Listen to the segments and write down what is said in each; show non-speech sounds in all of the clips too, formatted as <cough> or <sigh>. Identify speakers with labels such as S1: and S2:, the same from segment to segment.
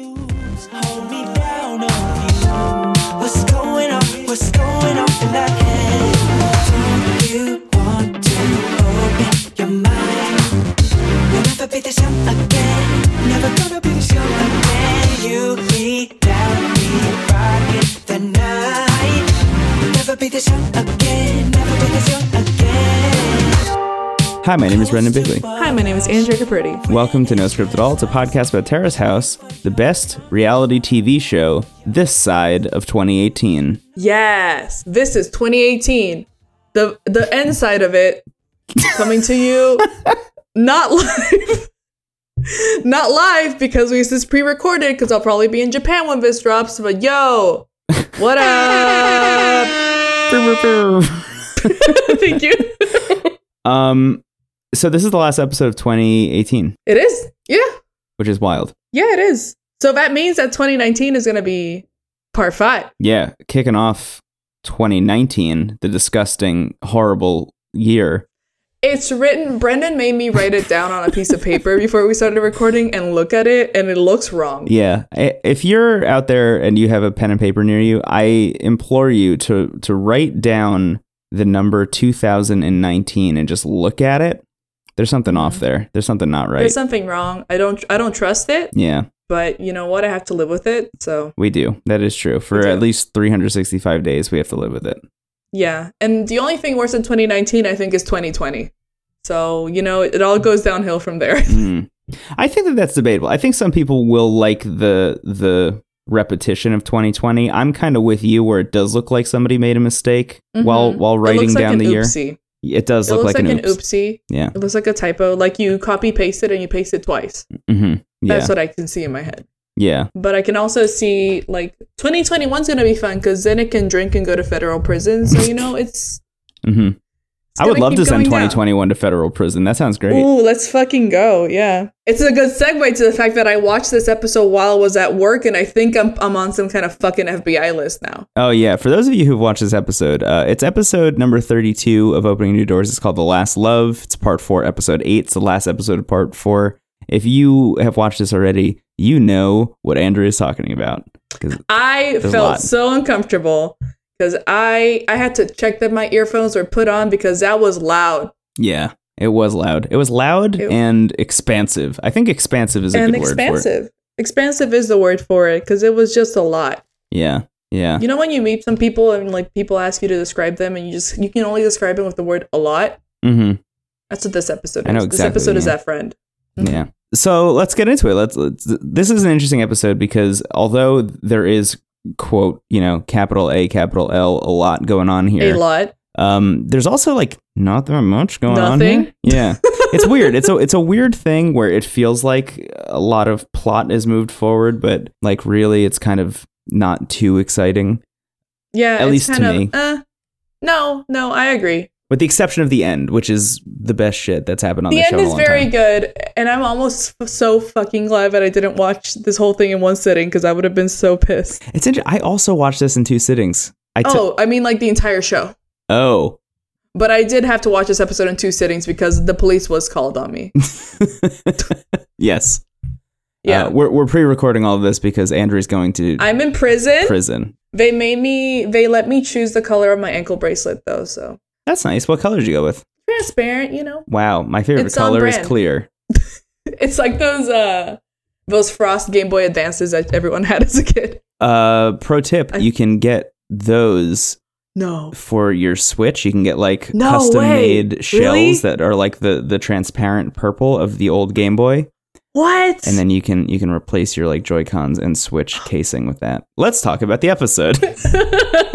S1: just hold me down on you. What's going on? What's going on in that head? Do you want to open your mind? We'll never be this young again. Never gonna be this young again. You be down, me rocking the night. We'll never be this young again. Never be this young again.
S2: Hi, my name is Brendan Bigley.
S3: Hi, my name is Andrea Capritti.
S2: Welcome to No Script at All. It's a podcast about Terrace House, the best reality TV show this side of 2018.
S3: Yes, this is 2018. The the end side of it coming to <laughs> you not live. Not live because we this is pre-recorded because I'll probably be in Japan when this drops, but yo, <laughs> what up? <laughs> Thank you.
S2: um, so this is the last episode of 2018,
S3: It is? Yeah.
S2: which is wild.
S3: Yeah, it is. So that means that 2019 is gonna be part five.
S2: Yeah, kicking off 2019, the disgusting, horrible year.
S3: It's written. Brendan made me write it down on a piece of paper before we started recording and look at it, and it looks wrong.
S2: Yeah, I- if you're out there and you have a pen and paper near you, I implore you to to write down the number 2019 and just look at it. There's something off there. There's something not right.
S3: Mm-hmm. There's something wrong. I don't. I don't trust it.
S2: yeah,
S3: But you know what? I have to live with it. So
S2: we do. That is true. For
S3: do.
S2: at least 365 days, we have to live with it.
S3: yeah. And the only thing worse than 2019, I think, is 2020. So you know, it all goes downhill from there. <laughs>
S2: Mm. I think that that's debatable. I think some people will like the the repetition of 2020. I'm kind of with you where it does look like somebody made a mistake while
S3: Mhm.
S2: while writing
S3: it looks like
S2: down
S3: an
S2: the year.
S3: oopsie.
S2: It does
S3: It
S2: look
S3: looks
S2: like, an, oops.
S3: oopsie.
S2: Yeah.
S3: It looks like a typo. Like you copy paste it and you paste it twice.
S2: hmm Yeah.
S3: That's what I can see in my head.
S2: yeah.
S3: But I can also see like 2021 is gonna be fun because then it can drink and go to federal prison. So you know it's.
S2: hmm
S3: it's
S2: I would
S3: gonna
S2: love
S3: keep
S2: to send
S3: going down.
S2: 2021 to federal prison. That sounds great.
S3: Ooh, let's fucking go! Yeah, it's a good segue to the fact that I watched this episode while I was at work, and I think I'm I'm on some kind of fucking FBI list now.
S2: Oh yeah. For those of you who've watched this episode, uh, it's episode number 32 of Opening New Doors. It's called The Last Love. It's part four, episode eight. It's the last episode of part four. If you have watched this already, you know what Andrea is talking about. 'Cause-
S3: I
S2: There's a lot.
S3: felt so uncomfortable because I I had to check that my earphones were put on because that was loud
S2: Yeah, it was loud. It was loud
S3: It-
S2: and expansive. I think expansive is a
S3: and
S2: good word for it.
S3: expansive. Expansive is the word for it because it was just a lot.
S2: Yeah, yeah,
S3: You know when you meet some people and like people ask you to describe them and you just you can only describe them with the word a lot.
S2: hmm
S3: That's what this episode
S2: I
S3: is.
S2: know exactly
S3: this episode
S2: what
S3: is
S2: you mean.
S3: that friend. Mm-hmm.
S2: yeah. So let's get into it. Let's, let's. This is an interesting episode because although there is quote you know capital A capital L a lot going on here.
S3: A lot.
S2: Um, there's also like not that much going on.
S3: Nothing?
S2: Here.
S3: <laughs>
S2: Yeah, it's weird. It's a it's a weird thing where it feels like a lot of plot is moved forward, but like really, it's kind of not too exciting.
S3: Yeah.
S2: At
S3: it's
S2: least to
S3: kind of,
S2: me.
S3: Uh, no, no, I agree.
S2: with the exception of the end, which is the best shit that's happened on
S3: the
S2: this show
S3: end
S2: in a
S3: is
S2: long
S3: very
S2: time.
S3: good, and I'm almost f- so fucking glad that I didn't watch this whole thing in one sitting because I would have been so pissed.
S2: It's inter- I also watched this in two sittings. I took
S3: oh, I mean like the entire show.
S2: oh.
S3: But I did have to watch this episode in two sittings because the police was called
S2: <laughs>
S3: on me.
S2: Uh, yes.
S3: Yeah.
S2: Uh, we're we're pre-recording all of this because Andrew's going to
S3: I'm in prison.
S2: prison.
S3: They made me they let me choose the color of my ankle bracelet though, so
S2: That's nice. What color did you go with?
S3: transparent, you know. <laughs>
S2: Wow, my favorite
S3: It's on
S2: color is
S3: brand.
S2: clear.
S3: It's like those uh those frost Game Boy Advances that everyone <laughs> had as a kid.
S2: Uh, pro tip:
S3: I-
S2: you can get those
S3: No.
S2: for your Switch. You can get like
S3: No way.
S2: custom-made shells
S3: Really?
S2: that are like the the transparent purple of the old Game Boy.
S3: What?
S2: and then you can you can replace your like joy cons and
S3: <gasps>
S2: switch casing with that let's talk about the
S3: <laughs>
S2: episode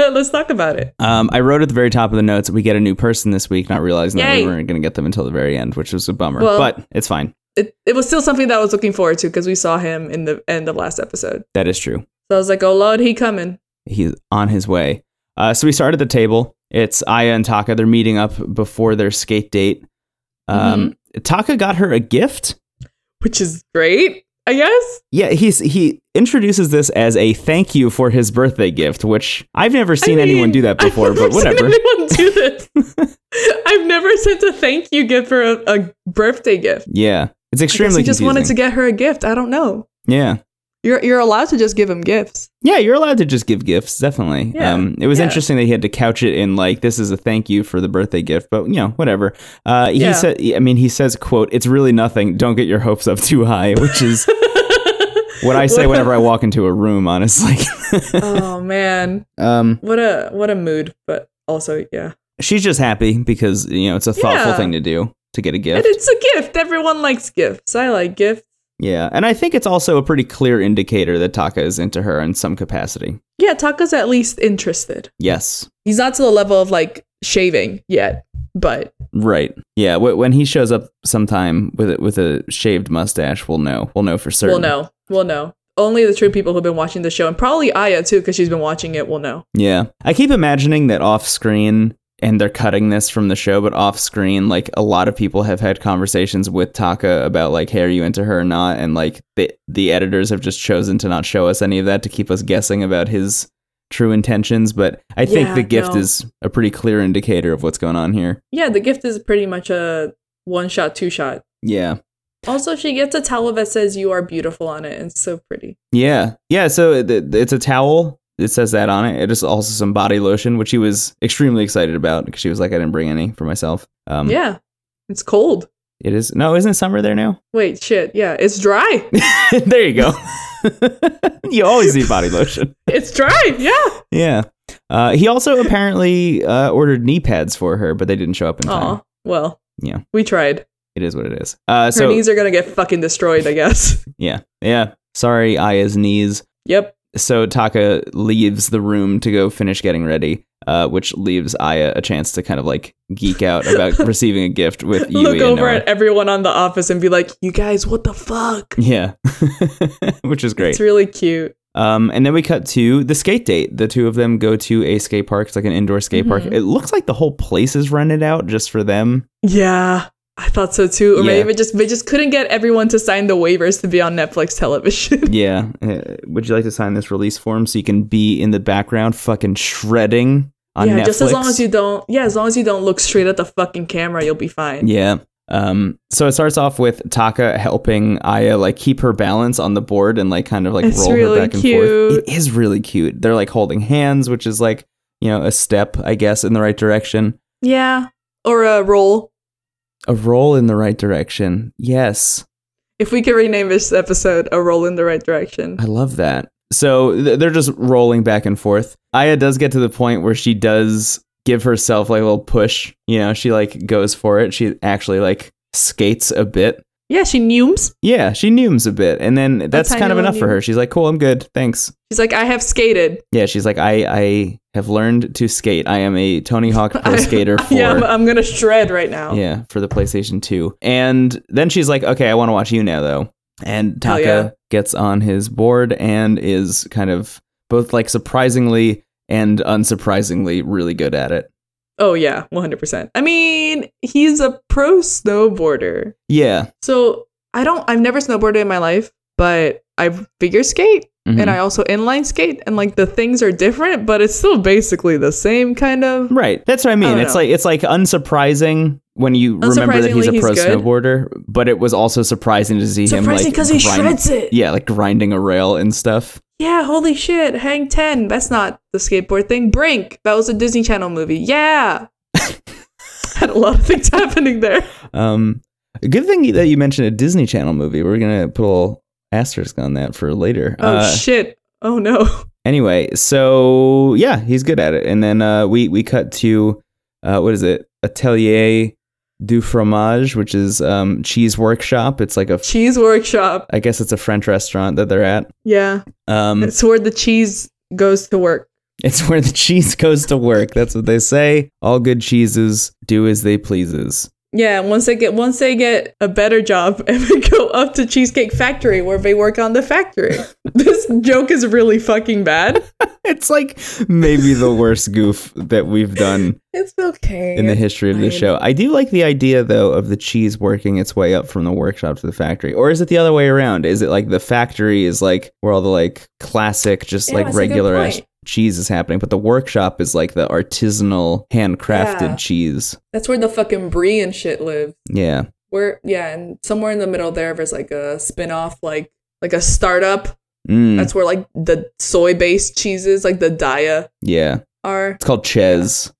S3: Let's talk about it.
S2: um, i wrote at the very top of the notes we get a new person this week not realizing that we
S3: Yay.
S2: weren't going to get them until the very end which was a bummer
S3: Well-
S2: but it's fine
S3: it. It was still something that I was looking forward to because we saw him in the end of last episode.
S2: that is true
S3: So I was like, oh lord, he coming.
S2: he's on his way uh, so we start at the table it's aya and taka they're meeting up before their skate date
S3: Mm-hmm.
S2: um, taka got her a gift
S3: Which is great, I guess.
S2: yeah, he's he introduces this as a thank you for his birthday gift, which I've never seen
S3: I
S2: anyone
S3: mean,
S2: do that
S3: <laughs> I've
S2: before,
S3: never
S2: but whatever.
S3: Seen anyone do this. I've never sent a thank you gift for a, a birthday gift.
S2: <laughs> Yeah, it's
S3: I guess
S2: extremely.
S3: he just wanted
S2: confusing.
S3: to get her a gift. I don't know.
S2: Yeah.
S3: You're you're allowed to just give
S2: <laughs>
S3: him gifts.
S2: Yeah, you're allowed to just give gifts, definitely.
S3: Yeah,
S2: um, it was
S3: yeah.
S2: interesting that he had to couch it in like this is a thank you for the birthday gift, but you know, whatever. Uh, he
S3: Yeah.
S2: said, I mean, he says, "quote It's really nothing. Don't get your hopes up too high," <laughs> which is what I say whenever I
S3: <laughs>
S2: walk into a room, honestly. <laughs>
S3: oh man,
S2: um,
S3: what a what a mood. But also, yeah,
S2: she's just happy because you know it's a thoughtful
S3: Yeah.
S2: thing to do to get a
S3: and
S2: gift.
S3: it's a gift. Everyone likes gifts. I like gifts.
S2: yeah, and I think it's also a pretty clear indicator that Taka is into her in some capacity.
S3: Yeah, Taka's at least interested.
S2: Yes.
S3: He's not to the level of like shaving yet, but
S2: Right. Yeah. W- when he shows up sometime with a, with a shaved mustache, we'll know. We'll know for certain.
S3: we'll know. We'll know. Only the true people who've been watching the show, and probably Aya too, because she's been watching it. will know.
S2: Yeah. I keep imagining that off screen, and they're cutting this from the show, but off screen, like a lot of people have had conversations with Taka about, like, hey, are you into her or not? And, like, the, the editors have just chosen to not show us any of that to keep us guessing about his true intentions. But I think
S3: Yeah,
S2: the gift
S3: no.
S2: is a pretty clear indicator of what's going on here.
S3: Yeah, the gift is pretty much a one shot, two shot.
S2: Yeah.
S3: Also, she gets a towel that says "You are beautiful" on it, and it's so pretty.
S2: Yeah, yeah. So it, it- it's a towel. It says that on it. It is also some body lotion, which he was extremely excited about because she was like, "I didn't bring any for myself." Um,
S3: yeah, it's cold.
S2: it is. No, isn't it summer there now?
S3: Wait, shit. Yeah, it's dry.
S2: <laughs> there you go. <laughs> you always need body lotion.
S3: it's dry. Yeah.
S2: Yeah. Uh, he also apparently uh, ordered knee pads for her, but they didn't show up in time.
S3: Aw. Well.
S2: Yeah.
S3: We tried.
S2: It is what it is. Uh,
S3: Her
S2: so
S3: knees are gonna get fucking destroyed. I guess. <laughs>
S2: yeah, yeah. Sorry, Aya's knees.
S3: yep.
S2: so Taka leaves the room to go finish getting ready, uh, which leaves Aya a chance to kind of like geek out
S3: <laughs>
S2: about receiving a gift with Yui
S3: Look
S2: and uh,
S3: over
S2: Noah.
S3: at everyone on the office and be like, "You guys, what the fuck?"
S2: Yeah, <laughs> which is great.
S3: It's really cute.
S2: Um, and then we cut to the skate date. The two of them go to a skate park. It's like an indoor skate park.
S3: Mhm.
S2: It looks like the whole place is rented out just for them.
S3: Yeah, I thought so too. Or
S2: Yeah.
S3: maybe they just they just couldn't get everyone to sign the waivers to be on Netflix television. <laughs>
S2: Yeah. Uh, would you like to sign this release form so you can be in the background fucking shredding on
S3: yeah,
S2: Netflix?
S3: just as long as you don't. Yeah, as long as you don't look straight at the fucking camera, you'll be fine.
S2: Yeah. Um, so it starts off with Taka helping Aya like keep her balance on the board and like kind of like
S3: It's
S2: roll
S3: really
S2: her back and forth.
S3: cute.
S2: It is really cute. They're like holding hands, which is like, you know, a step, I guess, in the right direction.
S3: Yeah. Or a roll.
S2: A roll in the right direction. Yes.
S3: If we could rename this episode "A Roll in the Right
S2: <laughs>
S3: Direction,"
S2: I love that. So th- they're just rolling back and forth. Aya does get to the point where she does give herself like a little push. You know, she like goes for it. She actually like skates a bit.
S3: yeah, she nooms.
S2: Yeah, she nooms a bit, and then that's
S3: tiny
S2: kind of
S3: little
S2: enough for
S3: noom.
S2: her. She's like, "Cool, I'm good, thanks."
S3: She's like, I have
S2: <laughs>
S3: skated.
S2: Yeah, she's like, "I I have learned to skate. I am a Tony
S3: <laughs>
S2: Hawk pro
S3: I-
S2: skater for
S3: Yeah, I'm, I'm gonna shred right now.
S2: yeah for the PlayStation Two. And then she's like, "Okay, I want to watch you now, though." And
S3: Hell
S2: Taka
S3: Oh, yeah.
S2: gets on his board and is kind of both like surprisingly and unsurprisingly really good at it.
S3: Oh yeah, 100. percent I mean, he's a pro snowboarder.
S2: Yeah,
S3: So I don't. I've never snowboarded in my life, but I figure skate
S2: Mhm.
S3: and I also inline skate, and like the things are different, but it's still basically the same kind of.
S2: Right. That's what I mean.
S3: don't
S2: it's
S3: know.
S2: like it's like unsurprising when you remember that he's a
S3: Oh, Unsurprisingly,
S2: pro
S3: he's good.
S2: snowboarder, but it was also surprising to see
S3: Surprising
S2: him like
S3: because he
S2: grind-
S3: shreds it.
S2: Yeah, like grinding a rail and stuff.
S3: Yeah, holy shit! Hang Ten. That's not the skateboard thing. Brink. That was a Disney Channel movie. Yeah. <laughs> Had a lot of things <laughs> happening there.
S2: Um good thing that you mentioned a Disney Channel movie. We're going to put a little asterisk on that for later.
S3: Oh
S2: Uh,
S3: shit! Oh no.
S2: anyway, so yeah, he's good at it. And then uh we we cut to uh what is it? Atelier du fromage, which is um cheese workshop. It's like a
S3: Cheese workshop.
S2: I guess it's a French restaurant that they're at.
S3: Yeah.
S2: Um
S3: It's where the cheese goes to work.
S2: <laughs> It's where the cheese goes to work. That's what they say. All good cheeses do as they pleases.
S3: Yeah, and once they get once they get a better job <laughs> and they go up to Cheesecake Factory where they work on the factory. <laughs> this joke is really fucking bad.
S2: It's like maybe the worst goof that we've done
S3: It's okay.
S2: in the history of the
S3: fine.
S2: show. I do like the idea though of the cheese working its way up from the workshop to the factory. Or is it the other way around? Is it like the factory is like where all the like classic just
S3: Yeah,
S2: like
S3: that's a good
S2: regular ass
S3: point.
S2: cheese is happening, but the workshop is like the artisanal handcrafted
S3: Yeah.
S2: cheese.
S3: That's where the fucking brie and shit live.
S2: Yeah.
S3: Where yeah, and somewhere in the middle there there's like a spin-off like like a startup
S2: Mm,
S3: That's where like the soy based cheeses, like the Daya,
S2: yeah.
S3: are
S2: It's called Ches.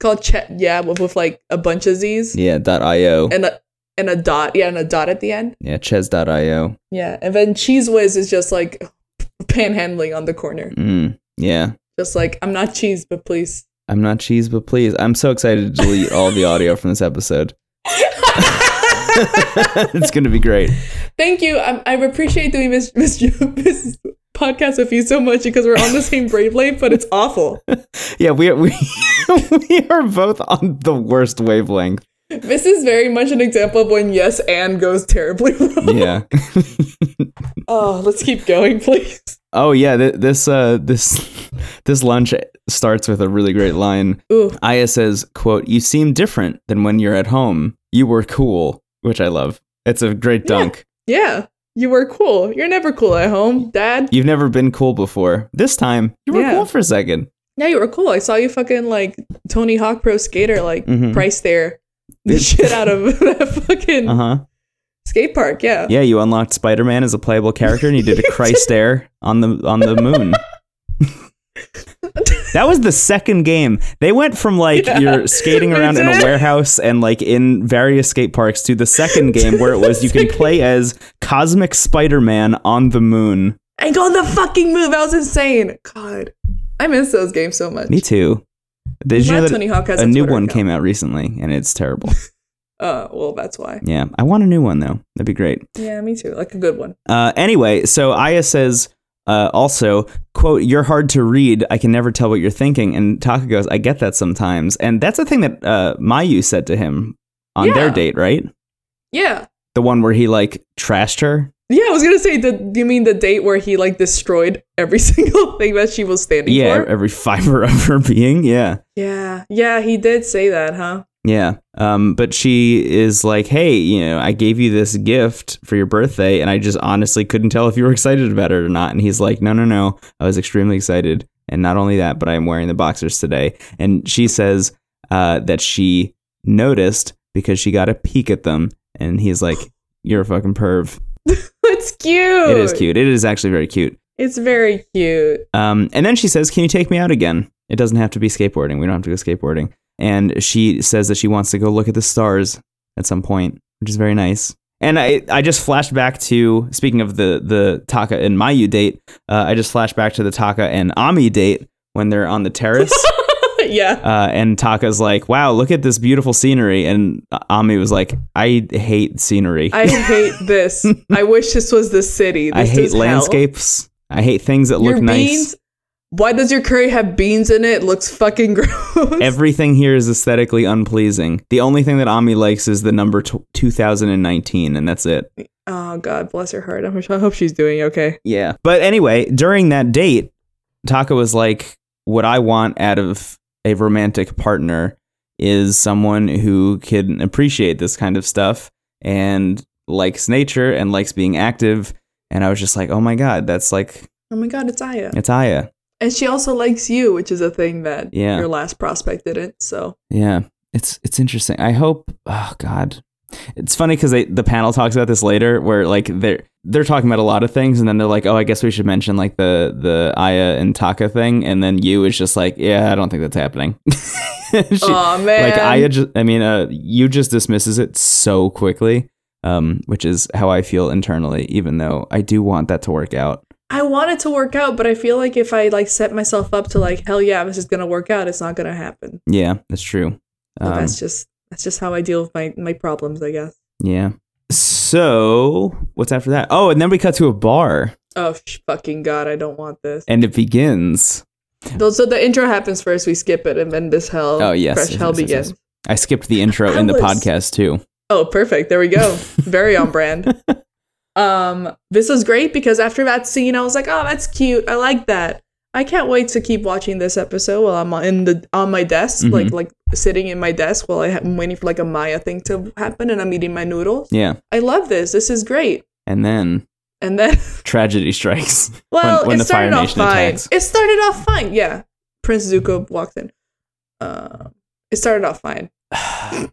S3: called. Che- yeah, with, with like a bunch of Z's
S2: Yeah, dot .io.
S3: and a and a dot. Yeah, and a dot at the end.
S2: Yeah, Ches.io.
S3: Yeah, and then Cheese Whiz is just like <laughs> panhandling on the corner,
S2: Mm, yeah.
S3: just like I'm not cheese, but please. <laughs>
S2: I'm not cheese, but please. I'm so excited to delete all the audio from this episode. <laughs> it's going to be great.
S3: Thank you. I, I appreciate doing this, this <laughs> this podcast with you so much because we're on the same wavelength, but it's awful.
S2: Yeah, we are, we, <laughs> we are both on the worst wavelength.
S3: This is very much an example of when yes and goes terribly <laughs> wrong.
S2: Yeah.
S3: Oh, let's keep going, please.
S2: <laughs> Oh yeah, th- this uh this <laughs> this lunch starts with a really great line.
S3: Ooh.
S2: Aya says, "quote You seem different than when you're at home. You were cool," which I love. It's a great dunk.
S3: Yeah, you were cool. You're never cool at home, Dad.
S2: You've never been cool before. This time, you were
S3: Yeah.
S2: cool for a second.
S3: Yeah, you were cool. I saw you fucking like Tony Hawk Pro Skater, like
S2: Mhm.
S3: price there the
S2: It-
S3: shit out of <laughs> that fucking
S2: Uh huh.
S3: skate park. Yeah.
S2: Yeah, you unlocked Spider Man as a playable character, and you
S3: <laughs>
S2: did a Christ air on the on the moon. that was the second game. They went from like you're skating
S3: they
S2: around in a
S3: did.
S2: warehouse and like in various skate parks to the second game where it was you can play as Cosmic Spider Man on the moon.
S3: I got the fucking move. That was insane. God, I miss those games so much.
S2: Me too. Did you
S3: Glad
S2: know that
S3: Tony Hawk has
S2: a
S3: a
S2: new
S3: Twitter
S2: one
S3: account.
S2: came out recently and it's terrible?
S3: Uh, well, that's why.
S2: yeah, I want a new one though. That'd be great.
S3: Yeah, me too. Like a good one.
S2: Uh, anyway, so Aya says uh, also, quote, you're hard to read. I can never tell what you're thinking. And Taka goes, I get that sometimes. And that's a thing that uh, Mayu said to him on their
S3: Yeah.
S2: date, right?
S3: Yeah.
S2: The one where he like trashed her.
S3: Yeah, I was gonna say. The, do you mean the date where he like destroyed every <laughs> single thing that she was standing
S2: Yeah,
S3: for?
S2: every <laughs> fiber of her being. Yeah.
S3: Yeah, yeah, he did say that, huh? <laughs>
S2: Yeah. Um, but she is like, hey, you know, I gave you this gift for your birthday, and I just honestly couldn't tell if you were <laughs> excited about it or not. And he's like, no, no, no. I was extremely excited. And not only that, but I am wearing the boxers today. And she says uh, that she noticed because she got a peek at them. And he's like, you're a fucking perv.
S3: It's cute.
S2: It
S3: Oh.
S2: is cute. It is actually very cute.
S3: It's very cute. <laughs>
S2: Um, and then she says, Can you take me out again? It doesn't have to be skateboarding. We don't have to go skateboarding. And she says that she wants to go look at the stars at some point, which is very nice. And I, I just flashed back to, speaking of the, the Taka and Mayu date, uh, I just flashed back to the Taka and Ami date when they're on the
S3: <laughs>
S2: terrace.
S3: yeah.
S2: Uh, and Taka's like, wow, look at this beautiful scenery. And Ami was like, I hate scenery. <laughs>
S3: I hate this. I wish this was the city. This
S2: I hate
S3: is hell.
S2: landscapes. I hate things that
S3: Your
S2: look nice.
S3: beans. Why does your curry have beans in it? It looks fucking <laughs> gross.
S2: Everything here is aesthetically unpleasing. The only thing that Ami likes is the number t- 2019, and that's it.
S3: oh God, bless her heart. I'm, I hope she's doing okay.
S2: Yeah. But anyway, during that date, Taka was like, What I want out of a romantic partner is someone who can appreciate this kind of stuff and likes nature and likes being active. And I was just like, Oh my God, that's like,
S3: Oh my God, it's Aya.
S2: it's Aya.
S3: And she also likes you, which is a thing that
S2: Yeah.
S3: your last prospect didn't. So
S2: Yeah, it's it's interesting. I hope. Oh God, it's funny because the panel talks about this later, where like they're they're talking about a lot of things, and then they're like, "Oh, I guess we should mention like the the Aya and Taka thing," and then you is just like, "Yeah, I don't think that's happening." <laughs> She-
S3: Aw, man.
S2: Like Aya, just, I mean, uh, you just dismisses it so quickly. Um, which is how I feel internally, even though I do want that to work out.
S3: I want it to work out, but I feel like if I like set myself up to like, hell yeah, this is gonna work out, it's not gonna happen.
S2: Yeah, that's true.
S3: So
S2: Um,
S3: that's just that's just how I deal with my my problems, I guess.
S2: yeah. So what's after that? Oh, and then we cut to a bar.
S3: Oh sh- fucking god, I don't want this.
S2: and it begins.
S3: Though- So the intro happens first, we skip it, and then this hell,
S2: Oh, yes,
S3: fresh
S2: yes,
S3: hell
S2: yes, yes,
S3: begins.
S2: yes. I skipped the intro
S3: I
S2: in the
S3: was-
S2: podcast too.
S3: Oh, perfect. There
S2: <laughs>
S3: we go. Very on brand. Um, this was great because after that scene, I was like, oh, that's cute. I like that. I can't wait to keep watching this episode while I'm in the on my desk,
S2: Mhm.
S3: like like sitting in my desk while I ha- I'm waiting for like a Maya thing to happen, and I'm eating my noodles.
S2: Yeah,
S3: I love this. This is great.
S2: and then
S3: And then, <laughs>
S2: tragedy strikes. <laughs>
S3: well,
S2: when the
S3: it
S2: Fire
S3: started off
S2: Nation
S3: fine.
S2: attacks.
S3: It started off fine. Yeah, Prince Zuko walked in. Uh, it started off fine. <laughs>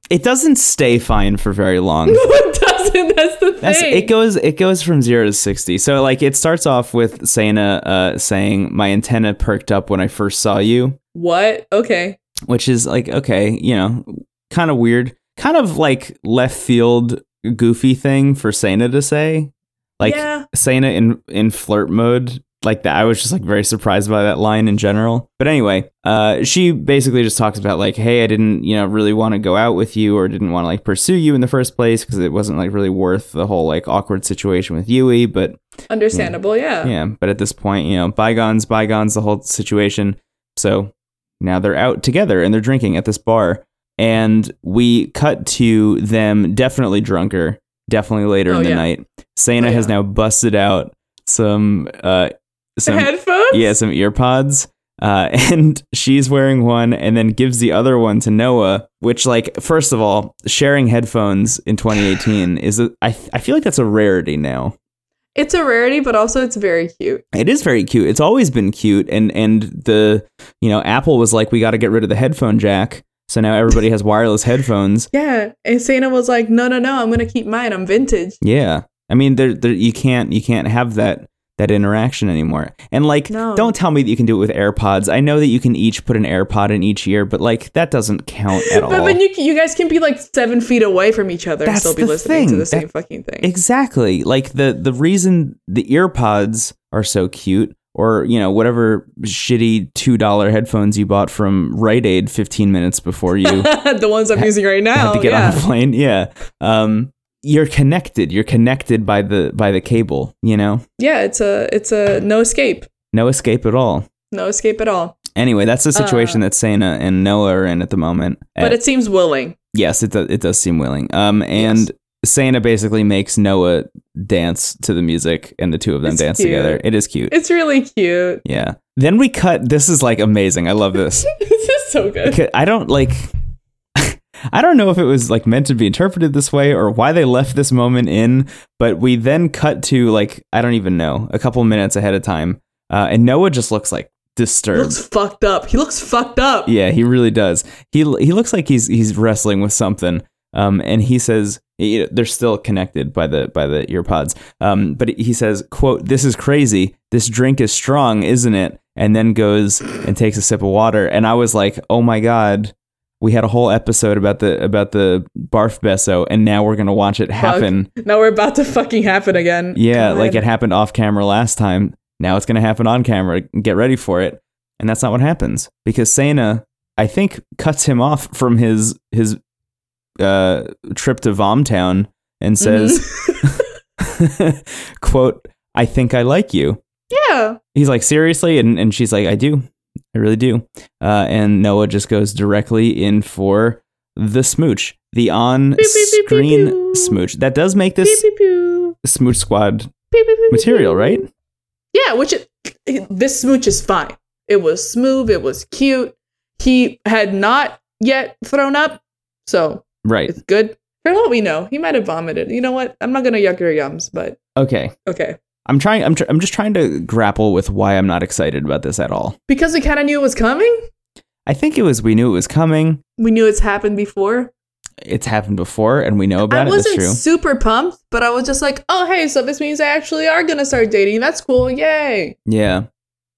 S2: It doesn't stay fine for very long.
S3: it doesn't. doesn't. That's the thing.
S2: That's, it goes it goes from zero to sixty. So like it starts off with Sana uh, saying, "My antenna perked up when I first saw you,"
S3: what? Okay.
S2: which is like okay, you know, kind of weird, kind of like left field, goofy thing for Sana to say. Like
S3: yeah.
S2: Sana in in flirt mode like that. I was just like very surprised by that line in general. But anyway, uh, she basically just talks about like, hey, I didn't you know really want to go out with you or didn't want to like pursue you in the first place because it wasn't like really worth the whole like awkward situation with Yui. But
S3: Understandable. Mm. Yeah.
S2: <laughs> yeah, but at this point, you know, bygones, bygones, the whole situation. So now they're out together and they're drinking at this bar. And we cut to them definitely drunker, definitely later
S3: Oh,
S2: in the
S3: yeah.
S2: night. Sana
S3: Oh,
S2: has
S3: yeah.
S2: now busted out some uh
S3: The
S2: some
S3: headphones.
S2: yeah, some ear pods. Uh, <laughs> and she's wearing one and then gives the other one to Noah, which, like, first of all, sharing headphones in 2018 is, a, I, I feel like that's a rarity now.
S3: It's a rarity, but also it's very cute.
S2: It is very cute. It's always been cute, and and the you know Apple was like, we got to get rid of the headphone jack, so now everybody has wireless headphones.
S3: Yeah. And Sana was like, no, no, no. I'm gonna keep mine. I'm vintage.
S2: Yeah, I mean, there, there you can't you can't have that that interaction anymore. And like,
S3: No.
S2: don't tell me that you can do it with AirPods. I know that you can each put an AirPod in each ear, but like that doesn't count at all.
S3: <laughs> But then you you guys can be like seven feet away from each other
S2: That's
S3: and still be
S2: the
S3: listening
S2: thing.
S3: to the same
S2: That-
S3: fucking thing.
S2: Exactly. Like the the reason the earpods are so cute or you know whatever shitty $2 headphones you bought from Rite Aid 15 minutes before you
S3: <laughs> the ones I'm using right now.
S2: had to get
S3: Oh, yeah.
S2: on a plane. Yeah. Um you're connected. You're connected by the by the cable, you know.
S3: yeah, it's a it's a no escape.
S2: No escape at all.
S3: No escape at all.
S2: Anyway, that's the situation that Sana and Noah are in at the moment.
S3: Uh, But
S2: Uh,
S3: it seems willing.
S2: yes, it does, it does seem willing. Um and Sana basically makes Noah dance to the music and the two of them
S3: It's
S2: dance
S3: cute.
S2: together. It is cute.
S3: It's really cute. <laughs>
S2: Yeah. Then we cut. This is like amazing. I love this.
S3: this is so good.
S2: Okay, I don't like. <laughs> I don't know if it was like meant to be interpreted this way or why they left this moment in, but we then cut to like I don't even know a couple minutes ahead of time, uh, and Noah just looks like disturbed.
S3: looks fucked up. He looks fucked up.
S2: yeah, he really does. He he looks like he's he's wrestling with something. Um, and he says you know, they're still connected by the by the earpods. Um, but he says, "quote This is crazy. This drink is strong, isn't it?" And then goes and takes a sip of water. And I was like, "Oh my god." We had a whole episode about the about the barf besso, and now we're gonna watch it
S3: Fuck.
S2: happen.
S3: Now we're about to fucking happen again.
S2: Yeah,
S3: God.
S2: like it happened off camera last time. Now it's going to happen on camera. Get ready for it. And that's not what happens because Sana, I think, cuts him off from his his uh, trip to Vomtown and says,
S3: Mm-hmm. <laughs>
S2: "quote I think I like you."
S3: Yeah.
S2: He's like, "Seriously?" And and she's like, "I do, I really do." Uh, and Noah just goes directly in for the smooch, the on-screen
S3: beep, beep.
S2: smooch. That does make this
S3: Pew, pew, pew.
S2: smooch squad
S3: Pew, pew, pew,
S2: material,
S3: pew.
S2: right?
S3: Yeah, which it, this smooch is fine. It was smooth. It was cute. He had not yet thrown up, so
S2: Right.
S3: it's good. For what we know, he might have vomited. You know what? I'm not gonna yuck your yums, but
S2: Okay.
S3: okay,
S2: I'm trying. I'm. Tr- I'm just trying to grapple with why I'm not excited about this at all.
S3: because we kind of knew it was coming.
S2: I think it was we knew it was coming.
S3: We knew it's happened before.
S2: It's happened before, and we know about
S3: I
S2: it. That's
S3: wasn't
S2: true.
S3: super pumped, but I was just like, oh hey, so this means I actually are gonna start dating. That's cool. Yay.
S2: Yeah.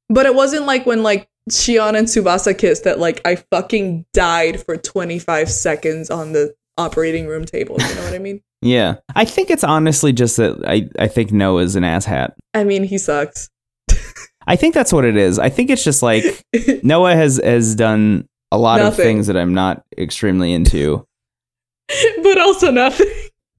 S3: But it wasn't like when like Shion and Tsubasa kissed that like I fucking died for 25 seconds on the operating room table. You know what I mean? <laughs>
S2: Yeah. I think it's honestly just that I. I think Noah's an asshat.
S3: I mean, he sucks. <laughs>
S2: I think that's what it is. I think it's just like Noah has has done a lot
S3: Nothing.
S2: of things that I'm not extremely into.
S3: but also nothing.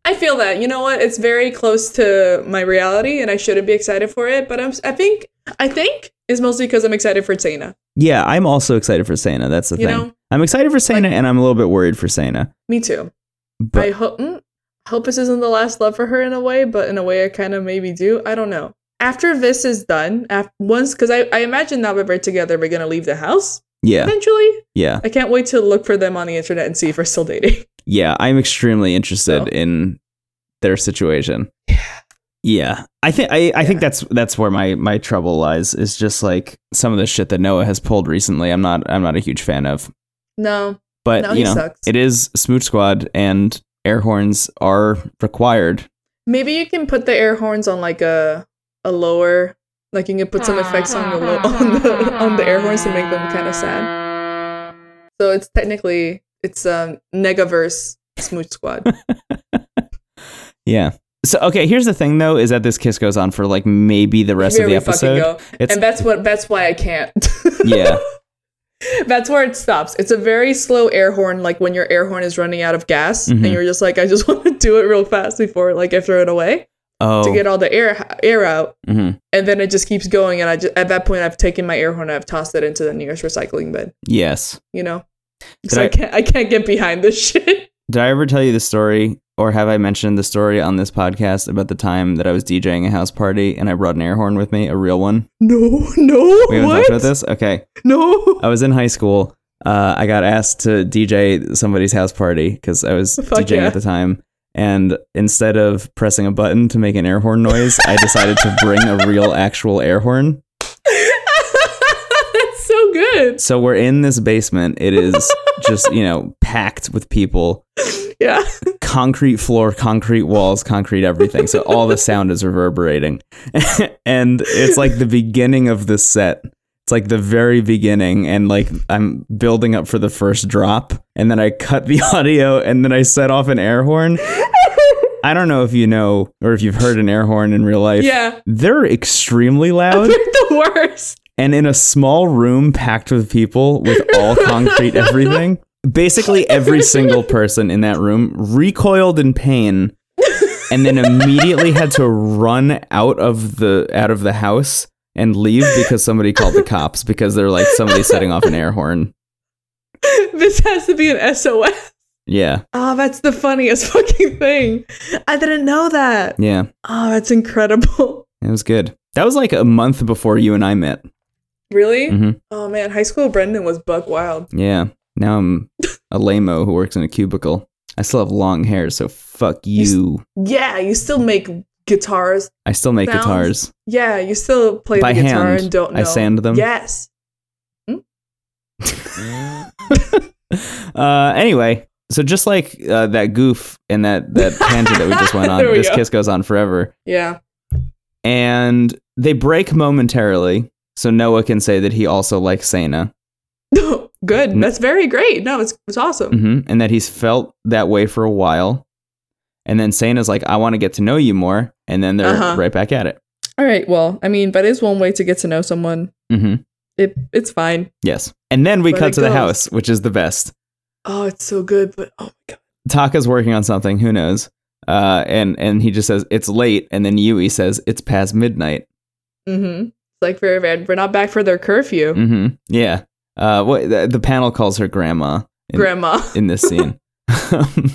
S3: I feel that. You know what? It's very close to my reality and I shouldn't be excited for it, but I'm I think I think is mostly because I'm excited for Tsena.
S2: Yeah, I'm also excited for Sana. That's the
S3: You
S2: thing.
S3: know?
S2: I'm excited for Sana, and I'm a little bit worried for Sana.
S3: Me too.
S2: But
S3: I hope mm, hope this isn't the last love for her in a way, but in a way I kind of maybe do. I don't know. After this is done, after, once because I, I imagine now that we're together, we're gonna leave the house
S2: yeah,
S3: eventually.
S2: yeah.
S3: I can't wait to look for them on the internet and see if we're still dating. <laughs>
S2: yeah, I'm extremely interested
S3: So.
S2: in their situation. Yeah. I think I, I think that's that's where my my trouble lies is just like some of the shit that Noah has pulled recently. I'm not I'm not a huge fan of.
S3: No,
S2: But
S3: No,
S2: you
S3: he
S2: know,
S3: sucks.
S2: it is Smooch Squad and air horns are required.
S3: Maybe you can put the air horns on like a a lower, like you can put some effects on the low, <laughs> on the on the air horns to make them kind of sad. So it's technically it's um negaverse smooch squad.
S2: Yeah. So okay, here's the thing though, is that this kiss goes on for like maybe the rest
S3: Here
S2: of
S3: we
S2: the
S3: fucking
S2: episode.
S3: go.
S2: It's
S3: and that's what that's why I can't. <laughs>
S2: yeah.
S3: that's where it stops. It's a very slow air horn, like when your air horn is running out of gas,
S2: Mhm.
S3: and you're just like, I just <laughs> want to do it real fast before like I throw it away
S2: Oh.
S3: to get all the air air out.
S2: mhm.
S3: and then it just keeps going and i just, at that point i've taken my air horn and i've tossed it into the nearest recycling bin
S2: Yes.
S3: you know
S2: Did
S3: so I,
S2: I-
S3: can't i can't get behind this shit <laughs>
S2: Did I ever tell you the story, or have I mentioned the story on this podcast about the time that I was DJing a house party and I brought an air horn with me, a real one?
S3: no no
S2: We haven't
S3: what
S2: talked about this? Okay.
S3: no
S2: I was in high school. Uh, I got asked to DJ somebody's house party because I was
S3: Fuck
S2: DJing
S3: yeah.
S2: at the time. And instead of pressing a button to make an air horn noise, I decided to bring a real actual air horn. Oh.
S3: <laughs> that's so good
S2: So we're in this basement. It is just, you know, packed with people.
S3: yeah <laughs>
S2: concrete floor, concrete walls, concrete everything. So all the sound is reverberating. <laughs> and it's like the beginning of the set. It's like the very beginning and like I'm building up for the first drop and then I cut the <laughs> audio and then I set off an air horn. I don't know if you know or if you've heard an air horn in real life.
S3: yeah
S2: They're extremely
S3: <laughs> they're
S2: loud
S3: the worst <laughs>
S2: and in a small room packed with people with
S3: <laughs>
S2: all concrete everything basically every single person in that room recoiled in pain and then immediately had to run out of the out of the house and leave because somebody called the cops because they're like somebody setting off an air horn
S3: this has to be an sos
S2: yeah
S3: oh that's the funniest <laughs> fucking thing i didn't know that
S2: yeah
S3: oh that's incredible <laughs>
S2: it was good that was like a month before you and i met
S3: really
S2: Mhm.
S3: oh man high school brendan was buck wild
S2: yeah now i'm a lameo who works in a cubicle i still have long hair so fuck
S3: s-
S2: you
S3: yeah you still make guitars
S2: i still make
S3: Sounds-
S2: guitars
S3: Yeah, you still play
S2: By
S3: the guitar
S2: hand,
S3: and don't know.
S2: I sand them?
S3: Yes.
S2: <laughs> Uh, anyway, so just like uh, that goof and that
S3: <laughs>
S2: that tangent that we just went on,
S3: There we
S2: this
S3: go.
S2: kiss goes on forever,
S3: Yeah. <laughs>
S2: and they break momentarily, so Noah can say that he also likes Sana,
S3: Good.
S2: Mm.
S3: That's very great. No, it's it's awesome.
S2: hmm and that he's felt that way for a while, and then Sana's like, "I want to get to know you more," and then they're
S3: Uh-huh.
S2: right back at it.
S3: All right. Well, I mean, that is one way to get to know someone.
S2: hmm
S3: It it's fine.
S2: Yes, and then we
S3: But
S2: cut
S3: it
S2: to the
S3: goes.
S2: house, which is the best.
S3: Oh, it's so good, but oh my god.
S2: Taka's working on something, who knows? Uh, and and he just says it's late, and then Yui says it's past midnight.
S3: Mm-hmm. It's like very bad. We're not back for their curfew,
S2: hmm Yeah. Uh, what the, the panel calls her grandma in,
S3: Grandma. <laughs>
S2: in this scene. <laughs>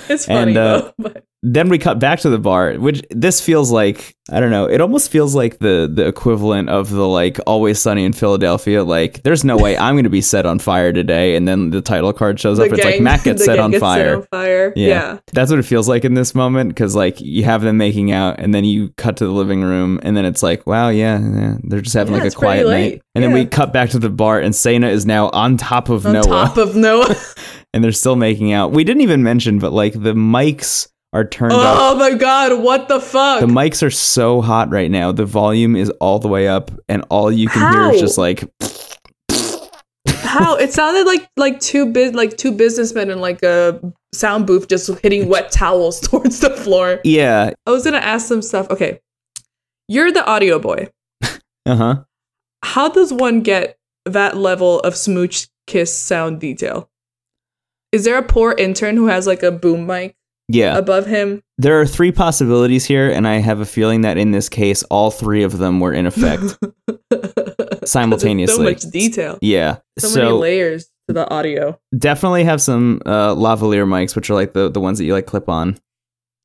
S3: It's funny
S2: and, uh,
S3: though. <laughs> But
S2: then we cut back to the bar, which this feels like I don't know. It almost feels like the the equivalent of the like Always Sunny in Philadelphia. Like, there's no way I'm going to be set on fire today, and then the title card shows up.
S3: the
S2: It's like
S3: gang-
S2: Matt gets,
S3: <laughs> the
S2: set,
S3: gang
S2: on
S3: gets
S2: fire.
S3: on fire.
S2: Yeah.
S3: Yeah.
S2: That's what it feels like in this moment because like you have them making out, and then you cut to the living room, and then it's like, wow, yeah, yeah they're just having
S3: Yeah,
S2: like
S3: it's
S2: a
S3: pretty
S2: quiet
S3: late.
S2: night, and then
S3: Yeah.
S2: we cut back to the bar, and Sana is now on top of
S3: On
S2: Noah
S3: top of
S2: <laughs>
S3: Noah.
S2: and they're still making out. We didn't even mention, but like the mics are turned up.
S3: oh my god, what the fuck?
S2: The mics are so hot right now. The volume is all the way up, and all you can hear is
S3: How?
S2: just like,
S3: How it sounded like like two biz like two businessmen in like a sound booth just hitting wet towels <laughs> towards the floor.
S2: yeah,
S3: I was gonna ask some stuff. Okay, you're the audio boy.
S2: uh huh.
S3: How does one get that level of smooch kiss sound detail? Is there a poor intern who has like a boom mic
S2: Yeah.
S3: above him? <laughs>
S2: There are three possibilities here, and I have a feeling that in this case, all three of them were
S3: <laughs>
S2: in effect
S3: so
S2: simultaneously.
S3: much detail,
S2: Yeah.
S3: so,
S2: So,
S3: many layers to the audio.
S2: definitely have some uh, lavalier mics, which are like the, the ones that you like clip on.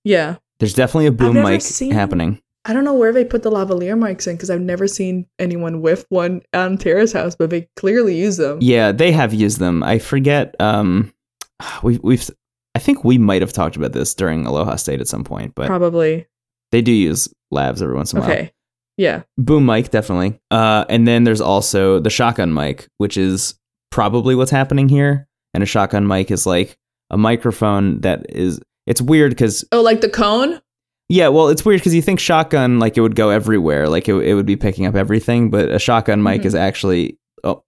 S3: Yeah,
S2: There's definitely a boom
S3: never
S2: mic
S3: seen-
S2: happening.
S3: I don't know where they put the lavalier mics in because I've never seen anyone whiff one on Tara's house, but they clearly use them.
S2: Yeah, they have used them. I forget. Um, we we've I think we might have talked about this during Aloha State at some point, but
S3: Probably.
S2: they do use labs every once in a while.
S3: Okay. Yeah.
S2: Boom mic, definitely. Uh, and then there's also the shotgun mic, which is probably what's happening here. And a shotgun mic is like a microphone that is It's weird because
S3: Oh, like the cone?
S2: yeah, well, it's weird because you think shotgun like it would go everywhere, like it it would be picking up everything, but a shotgun mic
S3: Mm-hmm.
S2: is actually oh,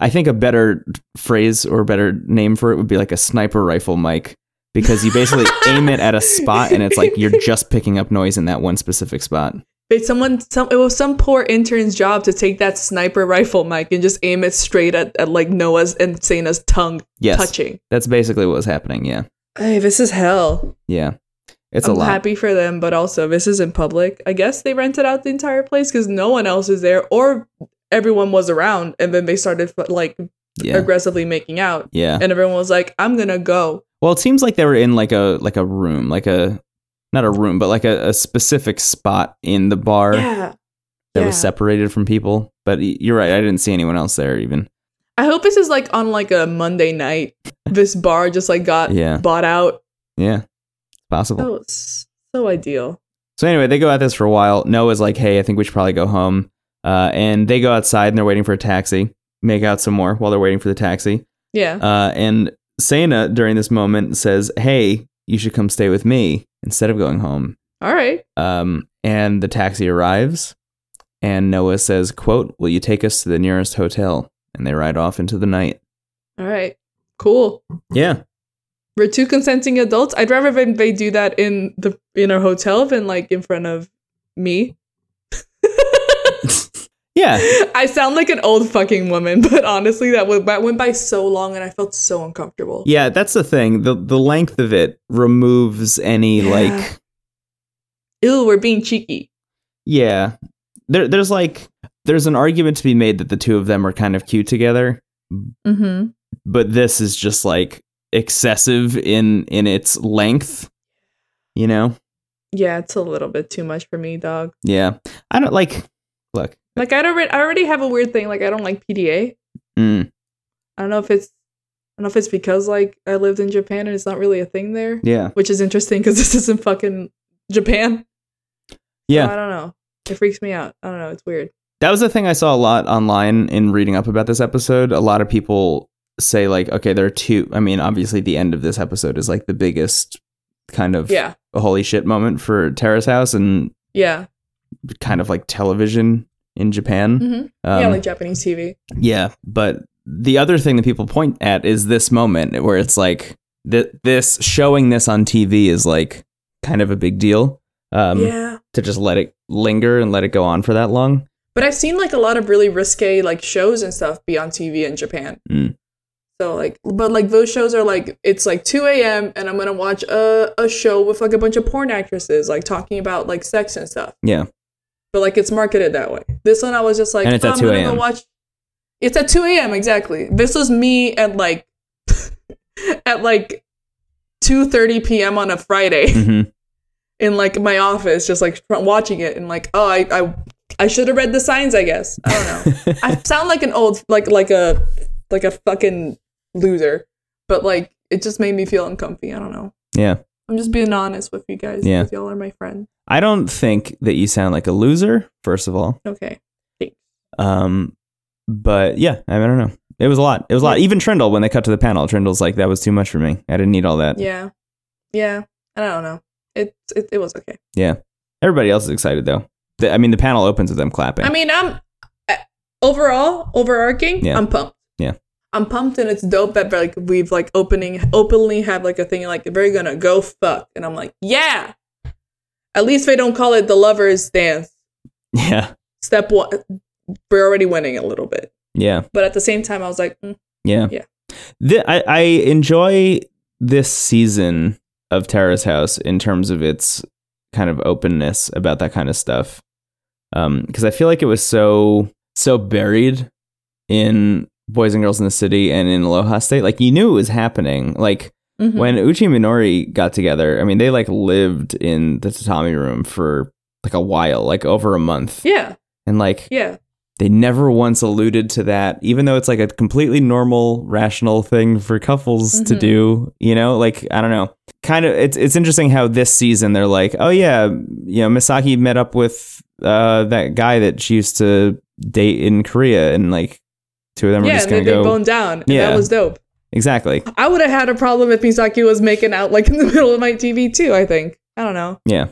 S2: I think a better phrase or a better name for it would be like a sniper rifle mic because you
S3: <laughs>
S2: basically aim it at a spot and it's like you're just picking up noise in that one specific spot.
S3: But someone, some it was some poor intern's job to take that sniper rifle mic and just aim it straight at, at like Noah's and Sana's tongue
S2: Yes.
S3: touching.
S2: That's basically what was happening. Yeah,
S3: Hey, this is hell.
S2: yeah, it's
S3: I'm
S2: a lot.
S3: happy for them, but also this is in public. I guess they rented out the entire place because no one else is there or everyone was around, and then they started like
S2: yeah,
S3: aggressively making out,
S2: yeah.
S3: and everyone was like, "I'm gonna go."
S2: Well, it seems like they were in like a like a room, like a not a room, but like a, a specific spot in the bar
S3: Yeah,
S2: that was separated from people. But y- you're right, I didn't see anyone else there even.
S3: I hope this is like on like a Monday night. This bar just like got
S2: Yeah.
S3: bought out.
S2: Yeah, possible.
S3: Uh, Oh, s- so ideal.
S2: So anyway, they go at this for a while. Noah's like, "Hey, I think we should probably go home." Uh, and they go outside and they're waiting for a taxi. Make out some more while they're waiting for the
S3: <laughs>
S2: taxi.
S3: Yeah.
S2: Uh, and Sana during this moment says, "Hey, you should come stay with me instead of going home."
S3: All right.
S2: Um, and the taxi arrives, and Noah says, "Quote: Will you take us to the nearest hotel?" And they ride off into the night.
S3: All right. Cool.
S2: Yeah,
S3: We're two consenting adults. I'd rather than they do that in the in a hotel than like in front of
S2: <laughs>
S3: me.
S2: yeah,
S3: I sound like an old fucking woman, <laughs> but honestly, that went, that went by so long, and I felt so uncomfortable.
S2: yeah. That's the thing. the The length of it removes any
S3: Yeah.
S2: like,
S3: Ew, we're being cheeky.
S2: yeah. There, there's like, there's an argument to be made that the two of them are kind of cute together,
S3: Mm-hmm.
S2: but this is just like excessive in in its length. You know?
S3: Yeah, it's a little bit too much for me, dog.
S2: Yeah. I don't like. Look.
S3: Like I don't, re- I already have a weird thing. Like I don't like PDA.
S2: Mm,
S3: I don't know if it's, I don't know if it's because like I lived in Japan and it's not really a thing there,
S2: yeah.
S3: which is interesting because <laughs> this isn't fucking Japan.
S2: Yeah.
S3: I don't know. It freaks me out. I don't know. It's weird.
S2: That was the thing I saw a lot online in reading up about this episode. A lot of people say like, okay, there are two. I mean, obviously, the end of this episode is like the biggest kind of
S3: Yeah.
S2: holy shit moment for Terrace House and
S3: Yeah.
S2: kind of like television in Japan.
S3: hmm
S2: Um,
S3: yeah, like Japanese TV.
S2: yeah, but the other thing that people point at is this moment where it's like th- this showing this on TV is like kind of a big deal. Um,
S3: yeah.
S2: To just let it linger and let it go on for that long.
S3: But I've seen like a lot of really risque like shows and stuff be on TV in Japan.
S2: Mm.
S3: So like, but like those shows are like it's like 2 a.m. and I'm gonna watch a a show with like a bunch of porn actresses like talking about like sex and stuff.
S2: Yeah.
S3: But like it's marketed that way. This one I was just like,
S2: And it's
S3: "Oh,
S2: at
S3: I'm
S2: 2
S3: gonna
S2: a.m..
S3: go watch. It's at 2 a.m. Exactly. This was me at like <laughs> at like 2:30 p.m. on a Friday.
S2: hmm
S3: <laughs> in like my office, just like fr- watching it and like, oh, I I, I should have read the signs, I guess. I don't know.
S2: <laughs>
S3: I sound like an old like like a like a fucking loser, but like it just made me feel uncomfy. I don't know.
S2: Yeah.
S3: I'm just being honest with you guys
S2: Yeah.
S3: because y'all are my friend.
S2: I don't think that you sound like a loser, first of all.
S3: Okay.
S2: Um, but yeah, I, mean, I don't know. It was a lot. It was a lot. Even Trindle, when they cut to the panel, Trindle's like, that was too much for me. I didn't need all that.
S3: Yeah. Yeah. I don't know. It it, it was okay.
S2: Everybody else is excited, though. The, I mean, the panel opens with them clapping.
S3: I mean, I'm uh, overall overarching.
S2: Yeah.
S3: I'm pumped.
S2: Yeah.
S3: I'm pumped, and it's dope that like we've like opening openly have like a thing like we're gonna go fuck, and I'm like, yeah. At least they don't call it the lovers dance.
S2: <laughs> yeah.
S3: Step one, we're already winning a little bit,
S2: Yeah.
S3: but at the same time, I was like, mm,
S2: Yeah.
S3: Yeah.
S2: The, I, I enjoy this season of Terrace House in terms of its kind of openness about that kind of stuff. Um, because I feel like it was so so buried in Boys and Girls in the City and in Aloha State. Like you knew it was happening. Like
S3: mhm.
S2: when Uchi and Minori got together, I mean they like lived in the tatami room for like a while, like over a month.
S3: yeah,
S2: And like
S3: yeah,
S2: they never once alluded to that, even though it's like a completely normal, rational thing for couples to
S3: Mhm.
S2: do. You know, like I don't know. Kind of, it's it's interesting how this season they're like, oh yeah, you know, Misaki met up with uh, that guy that she used to date in Korea, and like two of them are
S3: yeah,
S2: just
S3: and
S2: gonna
S3: then they
S2: go.
S3: boned down. and
S2: Yeah.
S3: that was dope.
S2: Exactly.
S3: I would have had a problem if Misaki was making out like in the <laughs> middle of my TV too. I think I don't know.
S2: Yeah.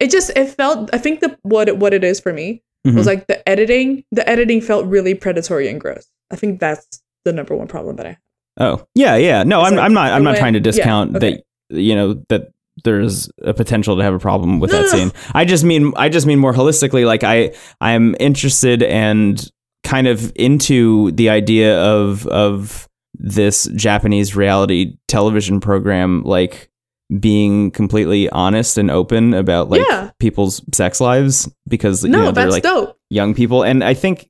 S3: It just it felt. I think the what it, what it is for me
S2: Mhm.
S3: was like the editing. The editing felt really predatory and gross. I think that's the number one problem that I.
S2: Oh, yeah, yeah. No,
S3: It's
S2: I'm,
S3: like
S2: I'm not. I'm
S3: the
S2: not
S3: way-
S2: trying to
S3: yeah,
S2: discount
S3: okay.
S2: that. You know that there's a potential to have a problem with that
S3: No, no, no.
S2: scene. I just mean. I just mean more holistically. Like I, I'm interested and kind of into the idea of of this Japanese reality television program, like being completely honest and open about like
S3: Yeah.
S2: people's sex lives because you
S3: no,
S2: know they're
S3: that's
S2: like
S3: dope.
S2: young people and I think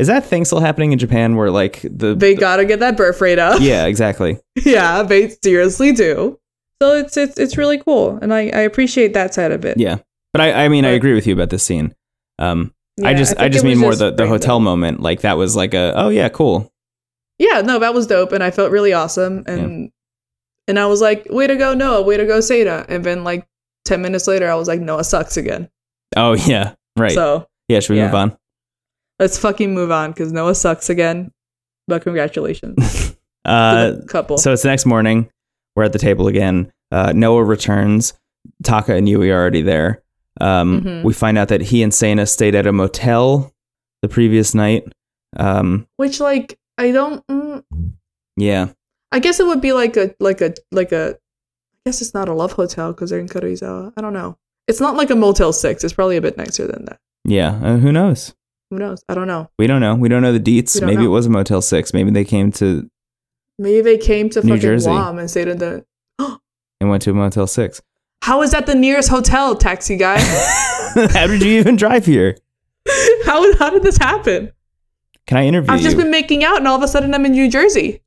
S2: is that thing still happening in Japan where like the
S3: They gotta get that birth rate up.
S2: yeah exactly
S3: <laughs> yeah, they seriously do. So it's it's it's really cool, and I I appreciate that side of it.
S2: Yeah, but I, I mean, I
S3: But-
S2: agree with you about this scene. Um, I
S3: Yeah,
S2: just, I,
S3: think
S2: just
S3: it
S2: mean
S3: was
S2: more
S3: just
S2: the, the
S3: random.
S2: hotel moment. Like that was like a, oh yeah, cool.
S3: Yeah, no, that was dope, and I felt really awesome, and and I was like, way to go, Noah, way to go, Seda, and then like ten minutes later, I was like, Noah sucks again.
S2: Oh <laughs> yeah, right.
S3: So
S2: yeah, should we move
S3: yeah.
S2: on?
S3: let's fucking move on because Noah sucks again.
S2: <laughs>
S3: But congratulations to
S2: Uh,
S3: the couple.
S2: so it's the next morning. We're at the table again. Uh, Noah returns. Taka and Yui are already there. Um,
S3: Mhm.
S2: We find out that he and Sana stayed at a motel the previous night. Um,
S3: Which like I don't. Mm,
S2: yeah,
S3: I guess it would be like a like a like a. I guess it's not a love hotel because they're in Karuizawa. I don't know. It's not like a Motel Six. It's probably a bit nicer than that.
S2: yeah. Uh, who knows?
S3: Who knows? I don't know.
S2: We don't know. We don't know the
S3: We
S2: deets.
S3: don't
S2: Maybe
S3: know.
S2: it was a Motel Six. Maybe they came to
S3: Maybe they came to
S2: New
S3: fucking
S2: Jersey.
S3: Guam and stayed in the.
S2: and went to a Motel Six. <laughs>
S3: How is that the nearest hotel, taxi guy?
S2: How did you even drive here?
S3: how how did this happen?
S2: Can I interview
S3: I've just
S2: you?
S3: been making out, and all of a sudden I'm in New Jersey.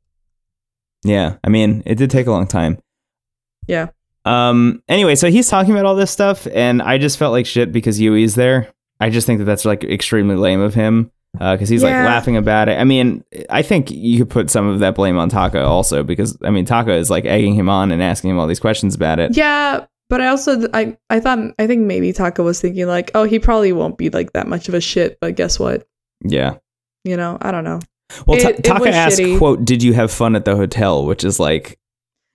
S2: yeah, I mean, it did take a long time.
S3: Yeah.
S2: Um. Anyway, so he's talking about all this stuff, and I just felt like shit because Yui's there. I just think that that's like extremely lame of him because he's
S3: Yeah.
S2: like laughing about it. I mean, I think you could put some of that blame on Taka also because I mean, Taka is like egging him on and asking him all these questions about it.
S3: Yeah, but I also I I thought I think maybe Taka was thinking like, oh, he probably won't be like that much of a shit, but guess what?
S2: Yeah.
S3: You know, I don't know.
S2: Well, Ta-
S3: It- it
S2: Taka
S3: was
S2: asked,
S3: shitty.
S2: "quote Did you have fun at the hotel?" Which is like,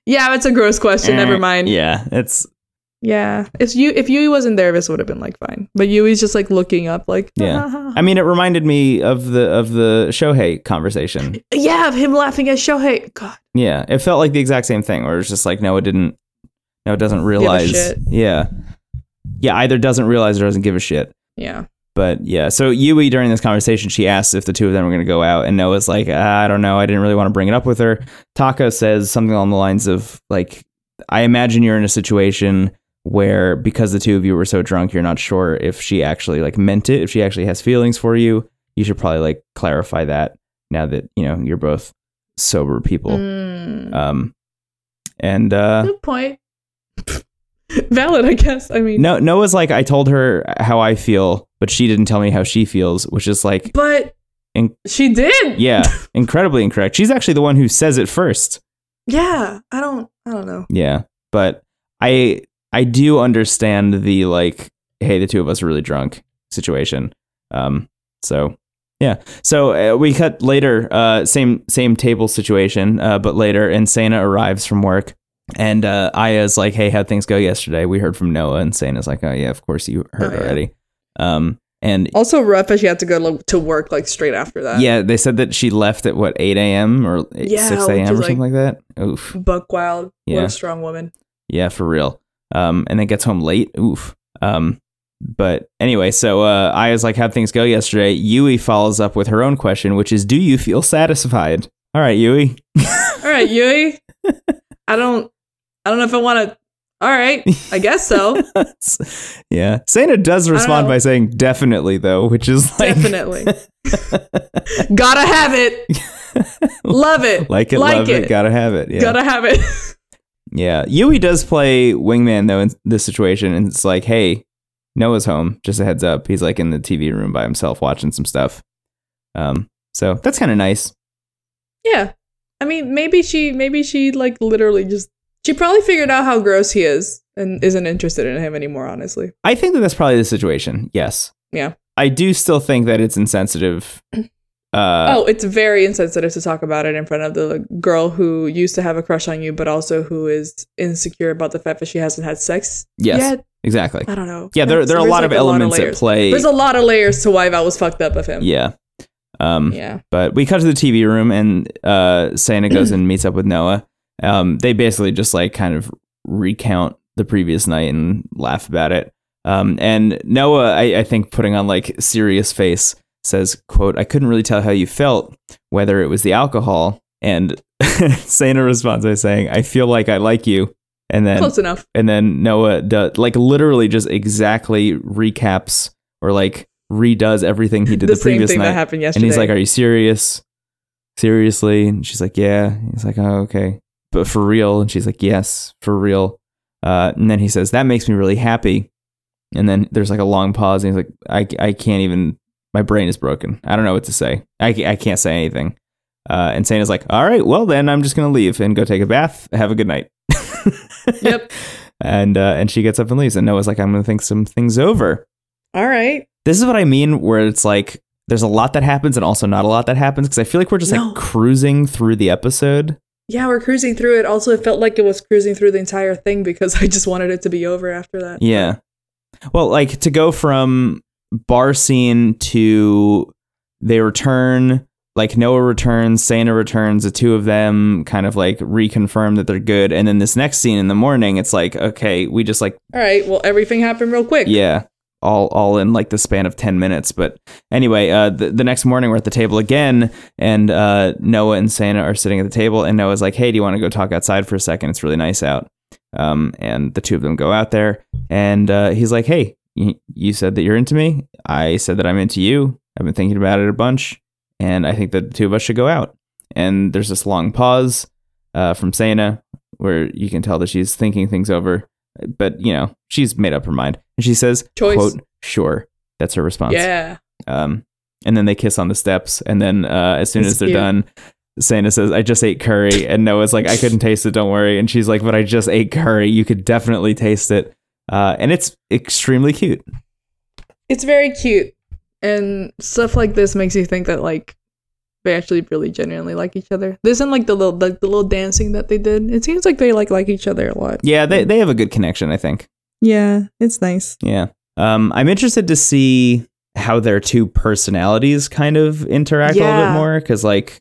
S3: Yeah, it's a gross question.
S2: eh,
S3: Never mind.
S2: Yeah, it's
S3: Yeah. If you if Yui wasn't there, this would have been like fine. But Yui's just like looking up, like
S2: Yeah. I mean, it reminded me of the of the Shohei conversation.
S3: <laughs> yeah, of him laughing at Shohei. God,
S2: Yeah, it felt like the exact same thing, where it's just like, no, it didn't. No, it doesn't realize.
S3: shit.
S2: Yeah, yeah. Either doesn't realize or doesn't give a shit.
S3: yeah,
S2: But yeah, so Yui during this conversation, she asked if the two of them were going to go out, and Noah's like, "Uh, I don't know, I didn't really want to bring it up with her. Taka says something along the lines of like, I imagine you're in a situation where because the two of you were so drunk, you're not sure if she actually like meant it, if she actually has feelings for you. You should probably like clarify that now that you know you're both sober people.
S3: Mm,
S2: Um, and uh,
S3: good point. <laughs> Valid, I guess. I mean,
S2: no, Noah's like, I told her how I feel, but she didn't tell me how she feels, which is like.
S3: but
S2: In-
S3: she did.
S2: Yeah, incredibly incorrect. She's actually the one who says it first.
S3: yeah. I don't. I don't know.
S2: Yeah, but I I do understand the like, hey, the two of us are really drunk situation. Um, so yeah, so uh, we cut later. Uh, same same table situation, uh, but later, and Sana arrives from work. And uh, Aya's like, "Hey, how'd things go yesterday?" We heard from Noah, and Sana's like, "Oh yeah, of course you heard
S3: Oh, yeah.
S2: already." Um, and
S3: Also, rough as she had to go lo- to work like straight after that.
S2: yeah, they said that she left at what eight a.m. or
S3: uh, Yeah,
S2: six
S3: which
S2: a.m.
S3: is,
S2: or
S3: like-
S2: something like that. Oof.
S3: Buck Wild. What
S2: Yeah.
S3: a strong woman.
S2: Yeah, for real. Um, and then gets home late. Oof. Um, but anyway, so uh, Aya's like, how'd things go yesterday? Yui follows up with her own question, which is, do you feel satisfied? All right, Yui.
S3: All
S2: <laughs>
S3: right, Yui. I don't. I don't know if I want to. All right, I guess so.
S2: yeah. Sana does respond
S3: know.
S2: by saying, definitely, though, which is <laughs> like, <laughs>
S3: Definitely. Gotta have it. Love it.
S2: <laughs> like it, love it. gotta have it. Yeah.
S3: Gotta have it. <laughs>
S2: yeah. Yui does play wingman, though, in this situation. And it's like, hey, Noah's home. Just a heads up. He's like in the TV room by himself watching some stuff. Um, so that's kind of nice.
S3: yeah. I mean, maybe she. Maybe she like literally just. She probably figured out how gross he is and isn't interested in him anymore. Honestly.
S2: I think that that's probably the situation. Yes.
S3: Yeah. <clears throat>
S2: I do still think that it's insensitive Uh,
S3: oh, it's very insensitive to talk about it in front of the girl who used to have a crush on you, but also who is insecure about the fact that she hasn't had sex
S2: yes,
S3: yet.
S2: exactly.
S3: I don't know.
S2: Yeah, there,
S3: That's-
S2: there are a
S3: Uh, there's,
S2: lot of
S3: like,
S2: elements at
S3: layers.
S2: play.
S3: There's a lot of layers to why Val was fucked up of him.
S2: yeah. Um,
S3: Yeah.
S2: But we cut to the TV room, and uh, Santa goes and meets up with Noah. Um, they basically just like kind of recount the previous night and laugh about it. Um, and Noah, I, I think, putting on like serious face, says, "quote I couldn't really tell how you felt, whether it was the alcohol." And <laughs> Santa responds by saying, "I feel like I like you." And then
S3: Close enough.
S2: and then Noah does like literally just exactly recaps or like redoes everything he did the,
S3: the same
S2: previous
S3: thing
S2: night.
S3: that happened yesterday.
S2: and he's like, "Are you serious? Seriously?" And she's like, "Yeah." He's like, "Oh, okay, but for real?" And she's like, "Yes, for real." Uh, and then he says, "That makes me really happy." And then there's like a long pause, and he's like, "I I can't even. My brain is broken. I don't know what to say. I ca- I can't say anything." Uh, and Santa's like, "All right, well then, I'm just gonna leave and go take a bath. Have a good night."
S3: Yep.
S2: and uh, and she gets up and leaves and noah's like i'm gonna think some things over
S3: All right.
S2: this is what i mean where it's like there's a lot that happens and also not a lot that happens because i feel like we're just
S3: No.
S2: like cruising through the episode
S3: Yeah, we're cruising through it. Also, it felt like it was cruising through the entire thing because <laughs> I just wanted it to be over after that.
S2: yeah well like to go from bar scene to they return like noah returns santa returns the two of them kind of like reconfirm that they're good and then this next scene in the morning it's like okay we just like
S3: All right. Well, everything happened real quick.
S2: Yeah. All, all in like the span of 10 minutes. But anyway, uh, the, the next morning we're at the table again, and uh, Noah and Santa are sitting at the table, and Noah's like, hey, do you want to go talk outside for a second? It's really nice out. Um, and the two of them go out there, and uh, he's like, hey, y- you said that you're into me. I said that I'm into you. I've been thinking about it a bunch, and I think that the two of us should go out. And there's this long pause uh, from Santa where you can tell that she's thinking things over, but you know, she's made up her mind. And she says,
S3: Choice.
S2: quote, sure. That's her response.
S3: Yeah.
S2: Um, and then they kiss on the steps. And then uh, as soon
S3: It's
S2: as they're
S3: cute.
S2: done, Santa says, I just ate curry. And Noah's like, I couldn't taste it. Don't worry. And she's like, but I just ate curry. You could definitely taste it. Uh, and it's extremely cute.
S3: It's very cute. And stuff like this makes you think that like they actually really genuinely like each other. This and like the little like the little dancing that they did. It seems like they like like each other a lot.
S2: Yeah, they, they have a good connection, I think.
S3: Yeah, it's nice.
S2: Yeah. Um, I'm interested to see how their two personalities kind of interact a little
S3: Yeah.
S2: bit more because, like,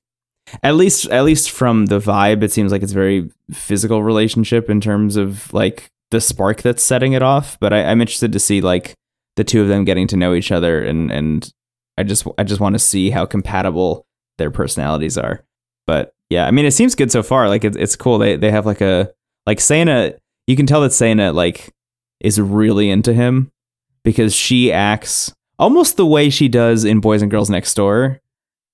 S2: at least at least from the vibe, it seems like it's a very physical relationship in terms of like the spark that's setting it off. But I, I'm interested to see like the two of them getting to know each other, and and I just I just want to see how compatible their personalities are. But yeah, I mean, it seems good so far. Like it's it's cool. They they have like a like Sana. You can tell that Sana like is really into him because she acts almost the way she does in Boys and Girls Next Door.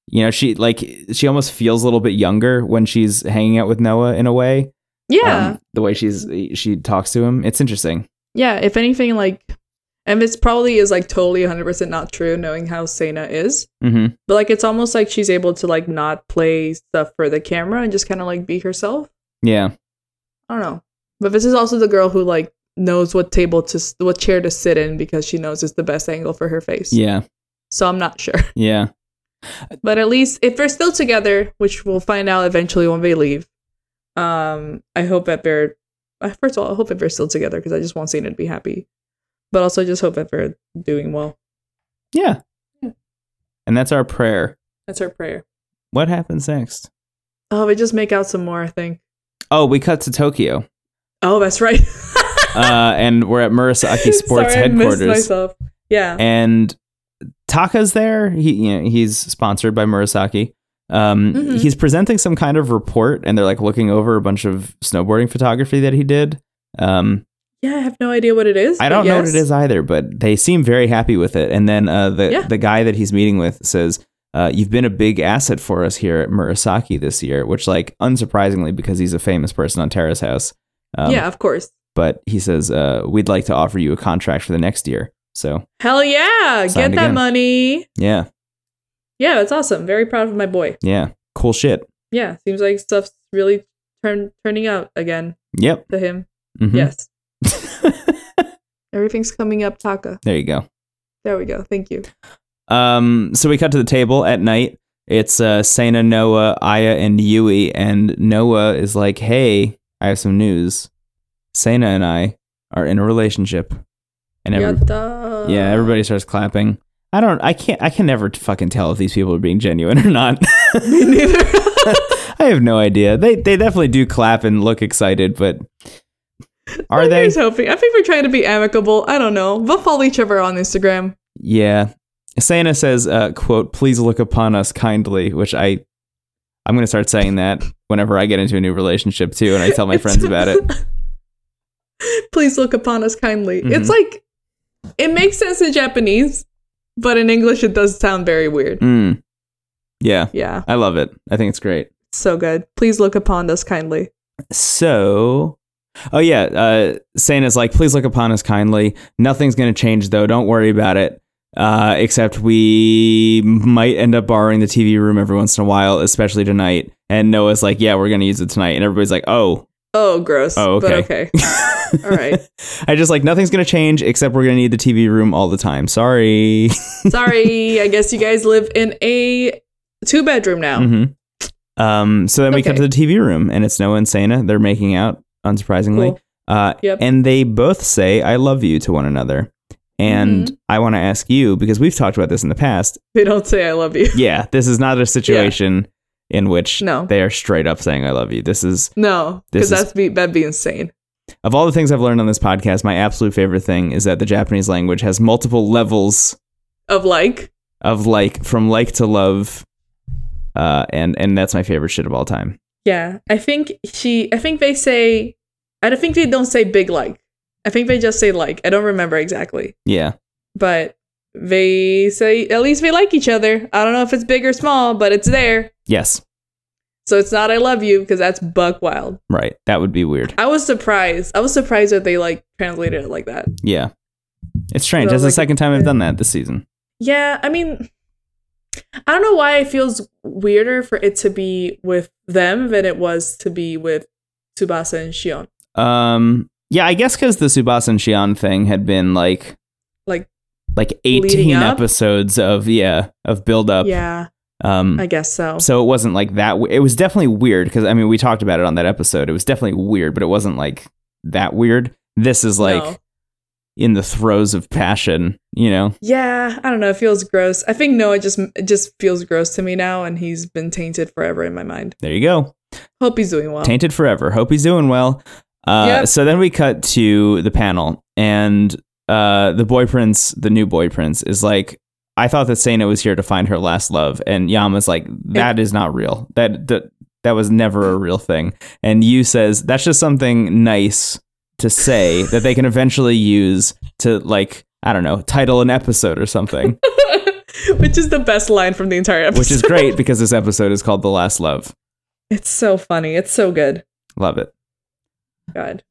S2: You know, she like she almost feels a little bit younger when she's hanging out with Noah in a way.
S3: Yeah.
S2: Um, the way she's she talks to him, it's interesting.
S3: yeah, if anything like and this probably is like totally 100% not true knowing how Sana is.
S2: Mm-hmm.
S3: But like it's almost like she's able to like not play stuff for the camera and just kind of like be herself.
S2: Yeah,
S3: I don't know. But this is also the girl who like knows what table to s- what chair to sit in because she knows it's the best angle for her face.
S2: yeah,
S3: So I'm not sure.
S2: yeah,
S3: <laughs> But at least if they're still together, which we'll find out eventually when they leave. Um, I hope that they're uh, first of all, I hope that they're still together because I just want Cena to be happy. But also, I just hope that they're doing well.
S2: yeah. And that's our prayer.
S3: That's our prayer.
S2: What happens next?
S3: Oh, they just make out some more. I think.
S2: Oh, we cut to Tokyo,
S3: Oh, that's right.
S2: uh, and we're at
S3: <laughs>
S2: Murasaki Sports
S3: Sorry, I missed
S2: headquarters.
S3: myself. Yeah.
S2: and Taka's there. He you know, he's sponsored by Murasaki. Um,
S3: Mhm.
S2: He's presenting some kind of report, and they're like looking over a bunch of snowboarding photography that he did. Um,
S3: Yeah, I have no idea what it is.
S2: I
S3: but
S2: don't know what
S3: yes.
S2: it is either, but they seem very happy with it. And then uh, the
S3: Yeah.
S2: the guy that he's meeting with says, uh, "You've been a big asset for us here at Murasaki this year," which, like, unsurprisingly, because he's a famous person on Terrace House. Um,
S3: yeah, of course.
S2: But he says, uh, "We'd like to offer you a contract for the next year." So,
S3: Hell yeah!
S2: Signed
S3: Get that
S2: again.
S3: money.
S2: yeah,
S3: Yeah, that's awesome. Very proud of my boy.
S2: yeah, cool shit.
S3: Yeah, seems like stuff's really turn turning out again
S2: Yep.
S3: to him.
S2: Mhm.
S3: Yes. <laughs> Everything's coming up, Taka.
S2: There you go.
S3: There we go. Thank you.
S2: Um, so we cut to the table at night, It's uh, Sana, Noah, Aya, and Yui. And Noah is like, hey, I have some news. Sana and I are in a relationship. And every-
S3: Yatta.
S2: yeah, everybody starts clapping. I don't, I can't, I can never t- fucking tell if these people are being genuine or not. <laughs>
S3: <laughs> Me neither.
S2: I have no idea. They, they definitely do clap and look excited, but are
S3: I
S2: they?
S3: was hoping. I think we're trying to be amicable. I don't know. We'll follow each other on Instagram.
S2: Yeah. Santa says, uh, quote, please look upon us kindly, which I I'm gonna start saying that whenever I get into a new relationship too, and I tell my friends about
S3: <laughs>
S2: it.
S3: Please look upon us kindly.
S2: Mm-hmm.
S3: It's like it makes sense in Japanese, but in English it does sound very weird.
S2: Mm. Yeah.
S3: Yeah,
S2: I love it. I think it's great.
S3: so good. Please look upon us kindly.
S2: So Oh yeah, uh Santa's like, please look upon us kindly. Nothing's gonna change though, don't worry about it. Uh, except we might end up borrowing the TV room every once in a while, especially tonight. And Noah's like, "Yeah, we're gonna use it tonight." And everybody's like, "Oh,
S3: Oh, gross.
S2: Oh,
S3: But okay.
S2: <laughs>
S3: All right.
S2: I just like nothing's gonna change except we're gonna need the TV room all the time. Sorry.
S3: Sorry. I guess you guys live in a two
S2: <laughs>
S3: bedroom now.
S2: Mhm. Um. So then we cut to
S3: Okay.
S2: the TV room, and it's Noah and Sana. They're making out, unsurprisingly.
S3: Cool.
S2: Uh.
S3: Yep.
S2: And they both say "I love you" to one another.
S3: Mm-hmm.
S2: And I want to ask you because we've talked about this in the past.
S3: They don't say I love you. <laughs>
S2: Yeah, this is not a situation in which
S3: No.
S2: they are straight up saying "I love you." This is
S3: No,
S2: This
S3: because
S2: is-
S3: that's be that'd be insane.
S2: of all the things I've learned on this podcast. My absolute favorite thing is that the Japanese language has multiple levels
S3: Of like,
S2: of like from like to love uh and and that's my favorite shit of all time
S3: yeah. I think she. I think they say. I don't think they don't say big like. I think they just say like. I don't remember exactly,
S2: yeah
S3: but they say at least they like each other. I don't know if it's big or small, but it's there.
S2: yes
S3: So it's not I love you because that's buck wild.
S2: right that would be weird
S3: I was surprised. I was surprised that they like translated it like that.
S2: yeah it's strange
S3: So,
S2: that's the
S3: like,
S2: second time i've
S3: yeah.
S2: done that this season
S3: Yeah, I mean, I don't know why it feels weirder for it to be with them than it was to be with Tsubasa and Shion.
S2: um yeah i guess because the subasa and shion thing had been like
S3: Like,
S2: like
S3: Leading
S2: 18
S3: up?
S2: episodes of yeah of build up
S3: yeah,
S2: um
S3: I guess so.
S2: so it wasn't like that w- it was definitely weird because i mean we talked about it on that episode it was definitely weird but it wasn't like that weird this is like
S3: No.
S2: in the throes of passion you know
S3: Yeah, I don't know. It feels gross. I think Noah just it just feels gross to me now, and he's been tainted forever in my mind.
S2: there you go
S3: Hope he's doing well.
S2: Tainted Forever. Hope he's doing well. Uh,
S3: Yep.
S2: So then we cut to the panel, and uh, the boy prince, the new boy prince, is like, I thought that Sana was here to find her last love, and Yama's like, that is not real. That that that was never a real thing. And you says that's just something nice to say that they can eventually use to like I don't know title an episode or something,
S3: <laughs> Which is the best line from the entire episode.
S2: which is great because this episode is called the last love.
S3: It's so funny. It's so good.
S2: Love it.
S3: God,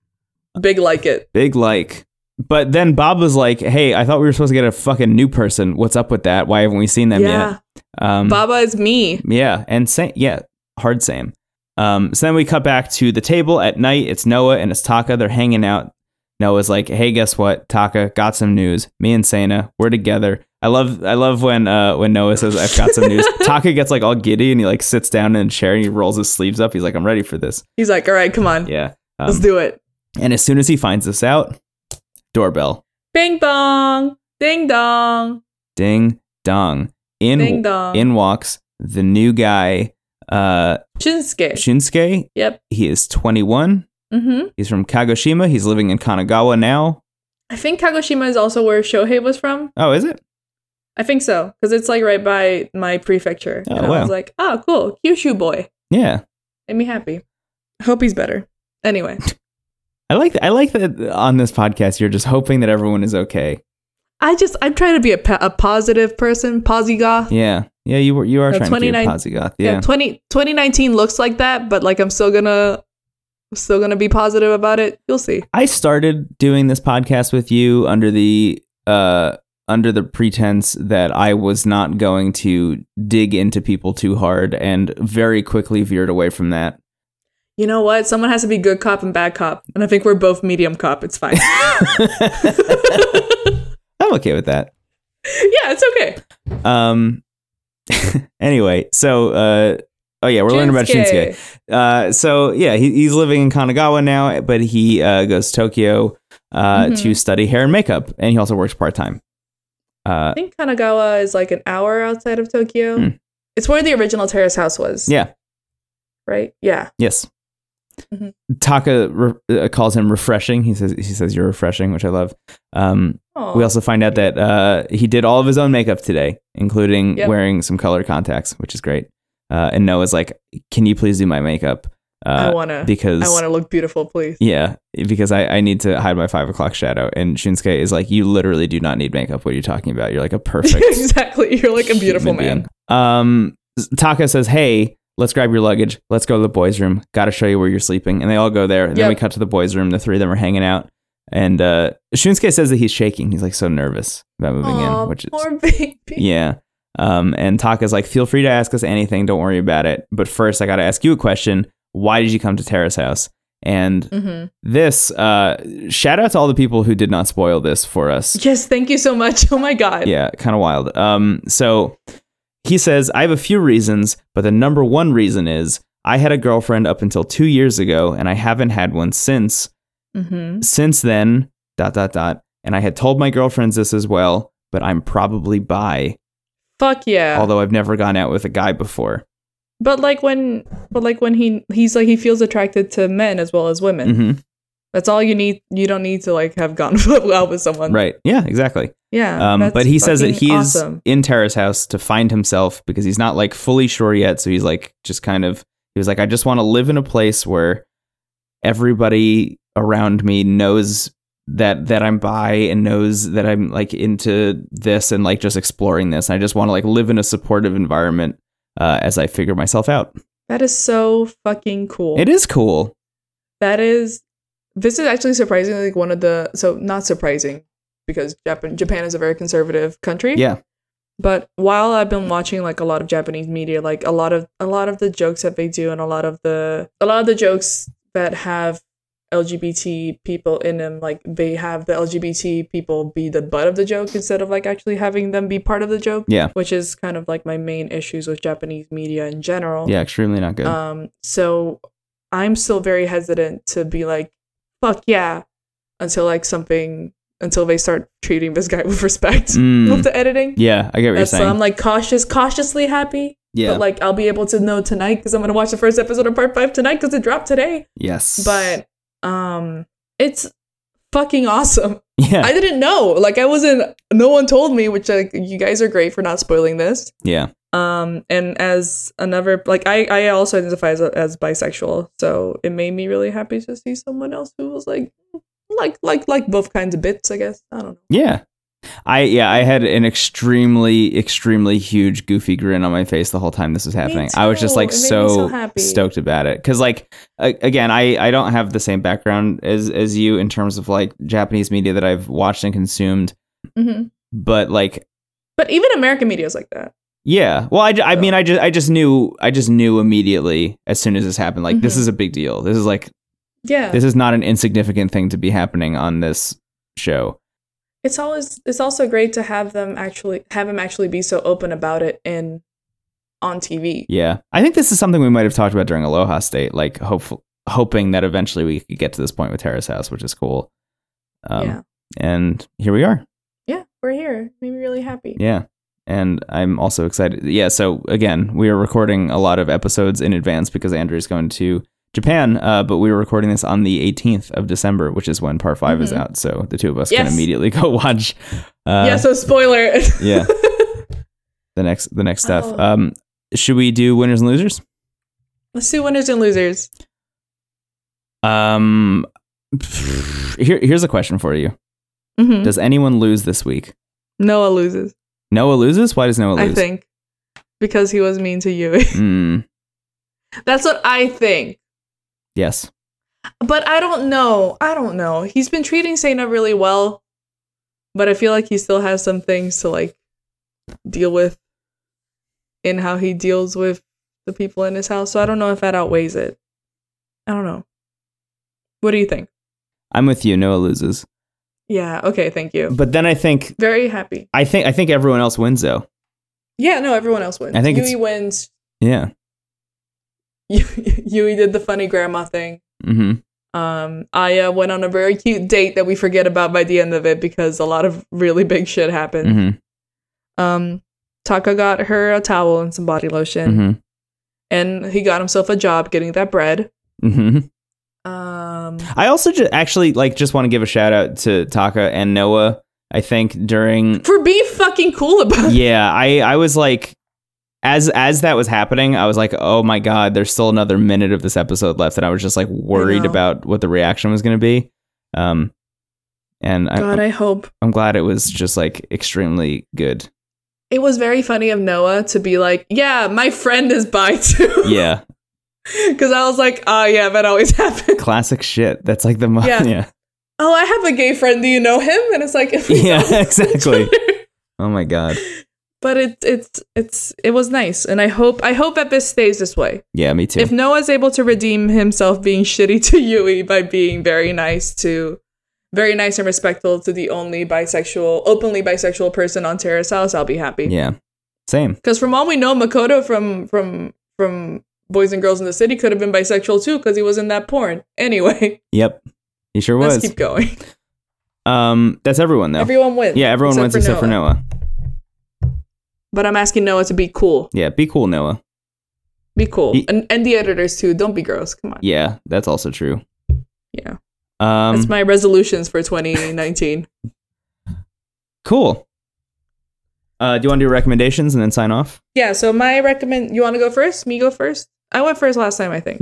S3: big like it.
S2: Big like. But then Bob was like, "Hey, I thought we were supposed to get a fucking new person. What's up with that? Why haven't we seen them
S3: yeah,
S2: yet?" Um,
S3: Baba is me.
S2: yeah, and Sam, yeah, hard Sam. Um, so then we cut back to the table at night. It's Noah and it's Taka. They're hanging out. Noah's like, "Hey, guess what? Taka got some news. Me and Sana, we're together." I love, I love when uh, when Noah says, "I've got
S3: <laughs>
S2: some news." Taka gets like all giddy and he like sits down in a chair and he rolls his sleeves up. He's like, "I'm ready for this."
S3: He's like, all right, come on,
S2: Yeah.
S3: let's
S2: Um,
S3: do it.
S2: and as soon as he finds this out, doorbell.
S3: Bing bong, ding dong,
S2: Ding dong. In
S3: ding dong.
S2: in walks the new guy, uh,
S3: Shinsuke.
S2: Shunsuke.
S3: yep.
S2: He is 21.
S3: hmm
S2: He's from Kagoshima. He's living in Kanagawa now.
S3: I think Kagoshima is also where Shohei was from.
S2: Oh, is it?
S3: I think so because it's like right by my prefecture.
S2: Oh,
S3: and I
S2: wow.
S3: was like, oh, cool, Kyushu boy.
S2: Yeah.
S3: Made me happy. I hope he's better.
S2: <laughs>
S3: Anyway,
S2: I like I like that on this podcast you're just hoping that everyone is okay.
S3: I just I'm trying to be a, pa- a positive person, posy goth.
S2: Yeah. Yeah, you were you are
S3: Uh,
S2: trying to be
S3: 29
S2: a Posigoth.
S3: Yeah,
S2: Yeah.
S3: 20, 2019 looks like that, but like I'm still gonna I'm still gonna be positive about it. You'll see.
S2: I started doing this podcast with you under the uh under the pretense that I was not going to dig into people too hard and very quickly veered away from that.
S3: You know what? Someone has to be good cop and bad cop, and I think we're both medium cop.
S2: <laughs>
S3: It's fine. <laughs>
S2: I'm okay with that.
S3: yeah, it's okay.
S2: Um, <laughs> anyway, so uh, oh yeah, we're learning about Shinsuke. Uh, so yeah, he, he's living in Kanagawa now, but he uh, goes to Tokyo uh,
S3: Mhm.
S2: to study hair and makeup, and he also works part time. Uh,
S3: I think Kanagawa is like an hour outside of Tokyo.
S2: Hmm.
S3: It's where the original terrace house was.
S2: Yeah.
S3: Right? Yeah.
S2: yes,
S3: Mhm.
S2: Taka re- uh, calls him refreshing. He says he says you're refreshing, which I love. Um,
S3: Aw.
S2: we also find out that uh, he did all of his own makeup today, including
S3: Yep.
S2: wearing some color contacts, which is great. Uh, and Noah's like, "Can you please do my makeup?"
S3: I
S2: Uh,
S3: wanna
S2: because
S3: I wanna look beautiful, <laughs> please.
S2: Yeah, because I, I need to hide my five o'clock shadow. And Shinsuke is like, you literally do not need makeup. What are you talking about? You're like
S3: <laughs>
S2: a perfect,
S3: exactly. You're like a beautiful
S2: human
S3: man.
S2: being. Um, Taka says, hey, let's grab your luggage. Let's go to the boys' room. Got to show you where you're sleeping. And they all go there. And then
S3: Yep.
S2: we cut to the boys' room. The three of them are hanging out. And uh, Shinsuke says that he's shaking. He's like so nervous about moving
S3: Aw,
S2: in, which is
S3: poor baby.
S2: <laughs> yeah. Um, and Taka's like, feel free to ask us anything. Don't worry about it. But first, I got to ask you a question. Why did you come to Tara's house? And
S3: Mhm.
S2: this uh shout out to all the people who did not spoil this for us
S3: Yes, thank you so much. <laughs> Oh my god.
S2: yeah kind of wild um so he says i have a few reasons but the number one reason is i had a girlfriend up until two years ago and i haven't had one since
S3: hmm
S2: since then dot dot dot and i had told my girlfriends this as well but i'm probably bi
S3: Fuck yeah.
S2: although i've never gone out with a guy before
S3: But like when, but like when he he's like he feels attracted to men as well as women.
S2: hmm
S3: That's all you need. You don't need to like have gone <laughs> out with someone,
S2: right yeah exactly
S3: Yeah.
S2: Um,
S3: that's
S2: but he says that
S3: fucking
S2: he's
S3: awesome.
S2: in Tara's house to find himself because he's not like fully sure yet. So he's like, just kind of, he was like, I just want to live in a place where everybody around me knows that that I'm bi and knows that I'm like into this and like just exploring this. I just want to like live in a supportive environment uh, as I figure myself out.
S3: That is so fucking cool.
S2: It is cool.
S3: That is. This is actually surprisingly like one of the so not surprising because Japan Japan is a very conservative country.
S2: Yeah.
S3: But while I've been watching like a lot of Japanese media, like a lot of a lot of the jokes that they do and a lot of the a lot of the jokes that have LGBT people in them, like they have the LGBT people be the butt of the joke instead of like actually having them be part of the joke.
S2: Yeah.
S3: Which is kind of like my main issues with Japanese media in general.
S2: Yeah. Extremely not good.
S3: Um, so I'm still very hesitant to be like, fuck yeah, until like something until they start treating this guy <laughs> with respect
S2: Mm.
S3: with the editing.
S2: yeah. I get what you're
S3: That's so I'm
S2: saying.
S3: like cautious, cautiously happy.
S2: Yeah.
S3: But like I'll be able to know tonight because I'm gonna watch the first episode of part five tonight because it dropped today.
S2: yes.
S3: But um it's fucking awesome.
S2: <laughs> yeah.
S3: I didn't know. Like I wasn't no one told me, which like you guys are great for not spoiling this
S2: yeah.
S3: um and as another like i i also identify as, as bisexual so it made me really happy to see someone else who was like like like like both kinds of bits i guess i don't know
S2: Yeah. I yeah, I had an extremely, extremely huge goofy grin on my face the whole time this was happening. I was just
S3: too.
S2: like
S3: It made me
S2: so,
S3: so happy.
S2: stoked about it because like a- again, I I don't have the same background as as you in terms of like Japanese media that I've watched and consumed,
S3: hmm
S2: but like
S3: but even american media is like that
S2: yeah, well, I, ju- I mean, I just I just knew I just knew immediately as soon as this happened like this
S3: Mhm.
S2: is a big deal. This is like
S3: yeah
S2: this is not an insignificant thing to be happening on this show.
S3: it's always it's also great to have them actually have him actually be so open about it in on tv
S2: Yeah. I think this is something we might have talked about during Aloha State, like hopeful, hoping that eventually we could get to this point with Tara's house, which is cool. Um,
S3: yeah
S2: And here we are.
S3: yeah we're here made me really happy
S2: Yeah. And I'm also excited. Yeah. So, again, we are recording a lot of episodes in advance because Andrew's going to Japan, uh, but we were recording this on the 18th of December, which is when part 5 is
S3: Mhm.
S2: out. So the two of us can
S3: Yes.
S2: immediately <laughs> go watch. Uh,
S3: yeah so spoiler <laughs>
S2: yeah. The next, the next stuff.
S3: Oh.
S2: Um, should we do winners and losers?
S3: let's do winners and losers
S2: Um, here, here's a question for you.
S3: Mhm.
S2: Does anyone lose this week?
S3: noah loses
S2: Noah loses. Why does Noah lose?
S3: I think because he was mean to you. <laughs>
S2: Mm,
S3: That's what I think.
S2: yes.
S3: But I don't know. I don't know. He's been treating Sana really well, but I feel like he still has some things to like deal with in how he deals with the people in his house. So I don't know if that outweighs it. I don't know. What do you think?
S2: I'm with you. Noah loses.
S3: Yeah, okay, thank you.
S2: But then I think
S3: Very happy.
S2: I think I think everyone else wins though.
S3: Yeah, no, everyone else wins.
S2: I think
S3: Yui
S2: it's-
S3: wins. <laughs>
S2: Yeah.
S3: Yui did the funny grandma thing.
S2: hmm
S3: Um, Aya went on a very cute date that we forget about by the end of it because a lot of really big shit happened.
S2: hmm
S3: Um, Taka got her a towel and some body lotion,
S2: hmm
S3: and he got himself a job getting that bread.
S2: hmm
S3: Um,
S2: I also just actually like just want to give a shout out to Taka and Noah. I think during
S3: for being fucking cool about it.
S2: yeah, I I was like as as that was happening, I was like, "Oh my god, there's still another minute of this episode left." And I was just like worried
S3: know.
S2: about what the reaction was going to be. Um and
S3: God,
S2: I,
S3: I hope
S2: I'm glad it was just like extremely good.
S3: it was very funny of Noah to be like, "Yeah, my friend is bi too,"
S2: Yeah.
S3: <laughs> because I was like, "Ah, yeah, that always <laughs> happens."
S2: Classic shit. That's like the mo-
S3: Yeah.
S2: yeah.
S3: Oh, I have a gay friend. Do you know him? And it's like, <laughs> if we
S2: Yeah,
S3: don't know each
S2: <laughs> exactly.
S3: other.
S2: Oh my god.
S3: But it's it's it's it was nice, and I hope I hope Epis stays this way.
S2: Yeah, me too.
S3: If Noah's able to redeem himself being shitty to <laughs> Yui by being very nice to very nice and respectful to the only bisexual openly bisexual person on Terrace House, I'll be happy.
S2: yeah. Same.
S3: Because from all we know, Makoto from from from Boys and Girls in the City could have been bisexual too, because he was in that porn. Anyway,
S2: Yep. He sure was.
S3: <laughs> let's
S2: <laughs>
S3: keep going.
S2: um that's everyone though.
S3: Everyone wins.
S2: yeah, everyone wins except for Noah.
S3: But I'm asking Noah to be cool.
S2: Yeah, be cool, Noah.
S3: Be cool.
S2: He-
S3: and and the editors too. Don't be gross. Come on.
S2: Yeah, that's also true.
S3: Yeah.
S2: Um
S3: That's my resolutions for 2019.
S2: cool. Uh do you want to do recommendations and then sign off? <laughs>
S3: yeah, so my recommend you want to go first? Me go first? I went first last time, I think.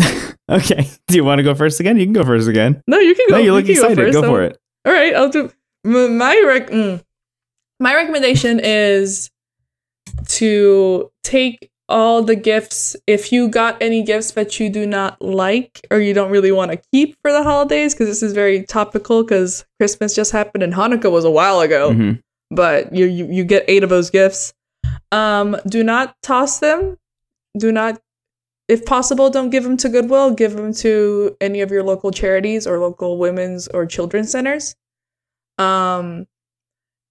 S2: Okay. Do you want to go first again? You can go first again.
S3: No, you can go.
S2: <laughs> No, you
S3: you
S2: look
S3: can
S2: excited. Go,
S3: first. I'm-
S2: for it.
S3: All right, I'll do m- my rec. Mm. My recommendation is to take all the gifts. If you got any gifts that you do not like or you don't really want to keep for the holidays, because this is very topical, because Christmas just happened and Hanukkah was a while ago,
S2: Mhm.
S3: but you, you you get eight of those gifts. Um, do not toss them. Do not. If possible, don't give them to Goodwill. Give them to any of your local charities or local women's or children's centers. Um,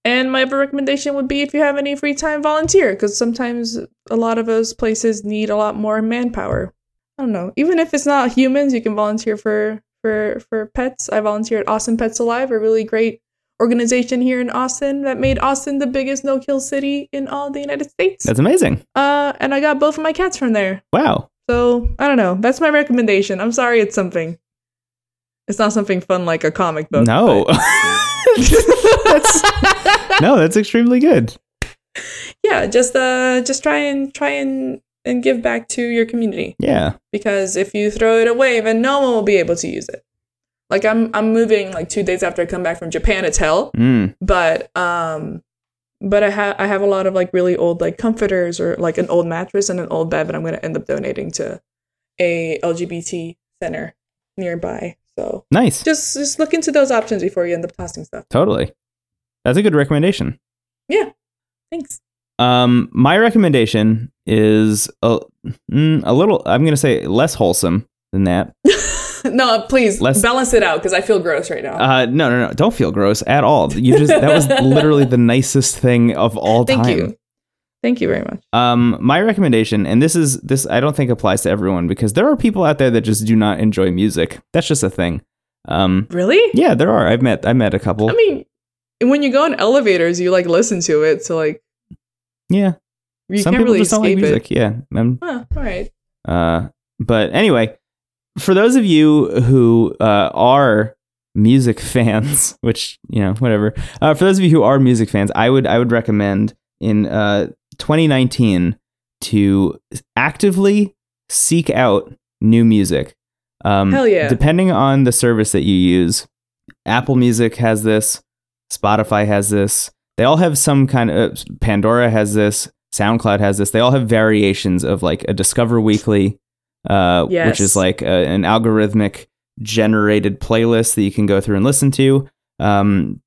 S3: and my other recommendation would be if you have any free time, volunteer because sometimes a lot of those places need a lot more manpower. I don't know. Even if it's not humans, you can volunteer for for for pets. I volunteer at Austin Pets Alive, a really great organization here in Austin that made Austin the biggest no kill city in all the United States.
S2: That's amazing.
S3: uh, and I got both of my cats from there.
S2: Wow.
S3: So I don't know. That's my recommendation. I'm sorry, it's something. It's not something fun like a comic book.
S2: No. that's <laughs> No, that's extremely good.
S3: yeah just uh just try and try and and give back to your community
S2: Yeah.
S3: because if you throw it away then no one will be able to use it like i'm i'm moving like two days after i come back from japan it's hell
S2: Mm.
S3: but um but i have i have a lot of like really old like comforters or like an old mattress and an old bed that i'm going to end up donating to a lgbt center nearby so
S2: Nice.
S3: just just look into those options before you end up tossing stuff
S2: Totally. That's a good recommendation.
S3: thanks <laughs>
S2: Um, my recommendation is a, mm, a little. I'm going to say less wholesome than
S3: <laughs>
S2: that.
S3: no please
S2: Less-
S3: balance it out because i feel gross right now
S2: Uh, no, no, no. Don't feel gross at all. You just that
S3: <laughs>
S2: was literally the nicest thing of all time.
S3: Thank you. Thank you very much.
S2: Um, my recommendation, and this is this I don't think applies to everyone because there are people out there that just do not enjoy music. That's just a thing. Um,
S3: Really?
S2: yeah, there are. I've met I met a couple.
S3: I mean, when you go in elevators, you like listen to it, so like
S2: yeah,
S3: you
S2: some
S3: can't
S2: people
S3: really
S2: just
S3: escape
S2: don't like
S3: it.
S2: music. Yeah, Um,
S3: Huh, all right.
S2: Uh, but anyway, for those of you who uh, are music <laughs> fans, which you know, whatever. Uh, for those of you who are music fans, I would I would recommend in uh, 2019 to actively seek out new music. Um,
S3: Hell yeah.
S2: Depending on the service that you use, Apple Music has this, Spotify has this. They all have some kind of Pandora has this, SoundCloud has this. They all have variations of like a Discover Weekly, uh, which
S3: Yes.
S2: is like a, an algorithmic generated playlist that you can go through and listen to. Um,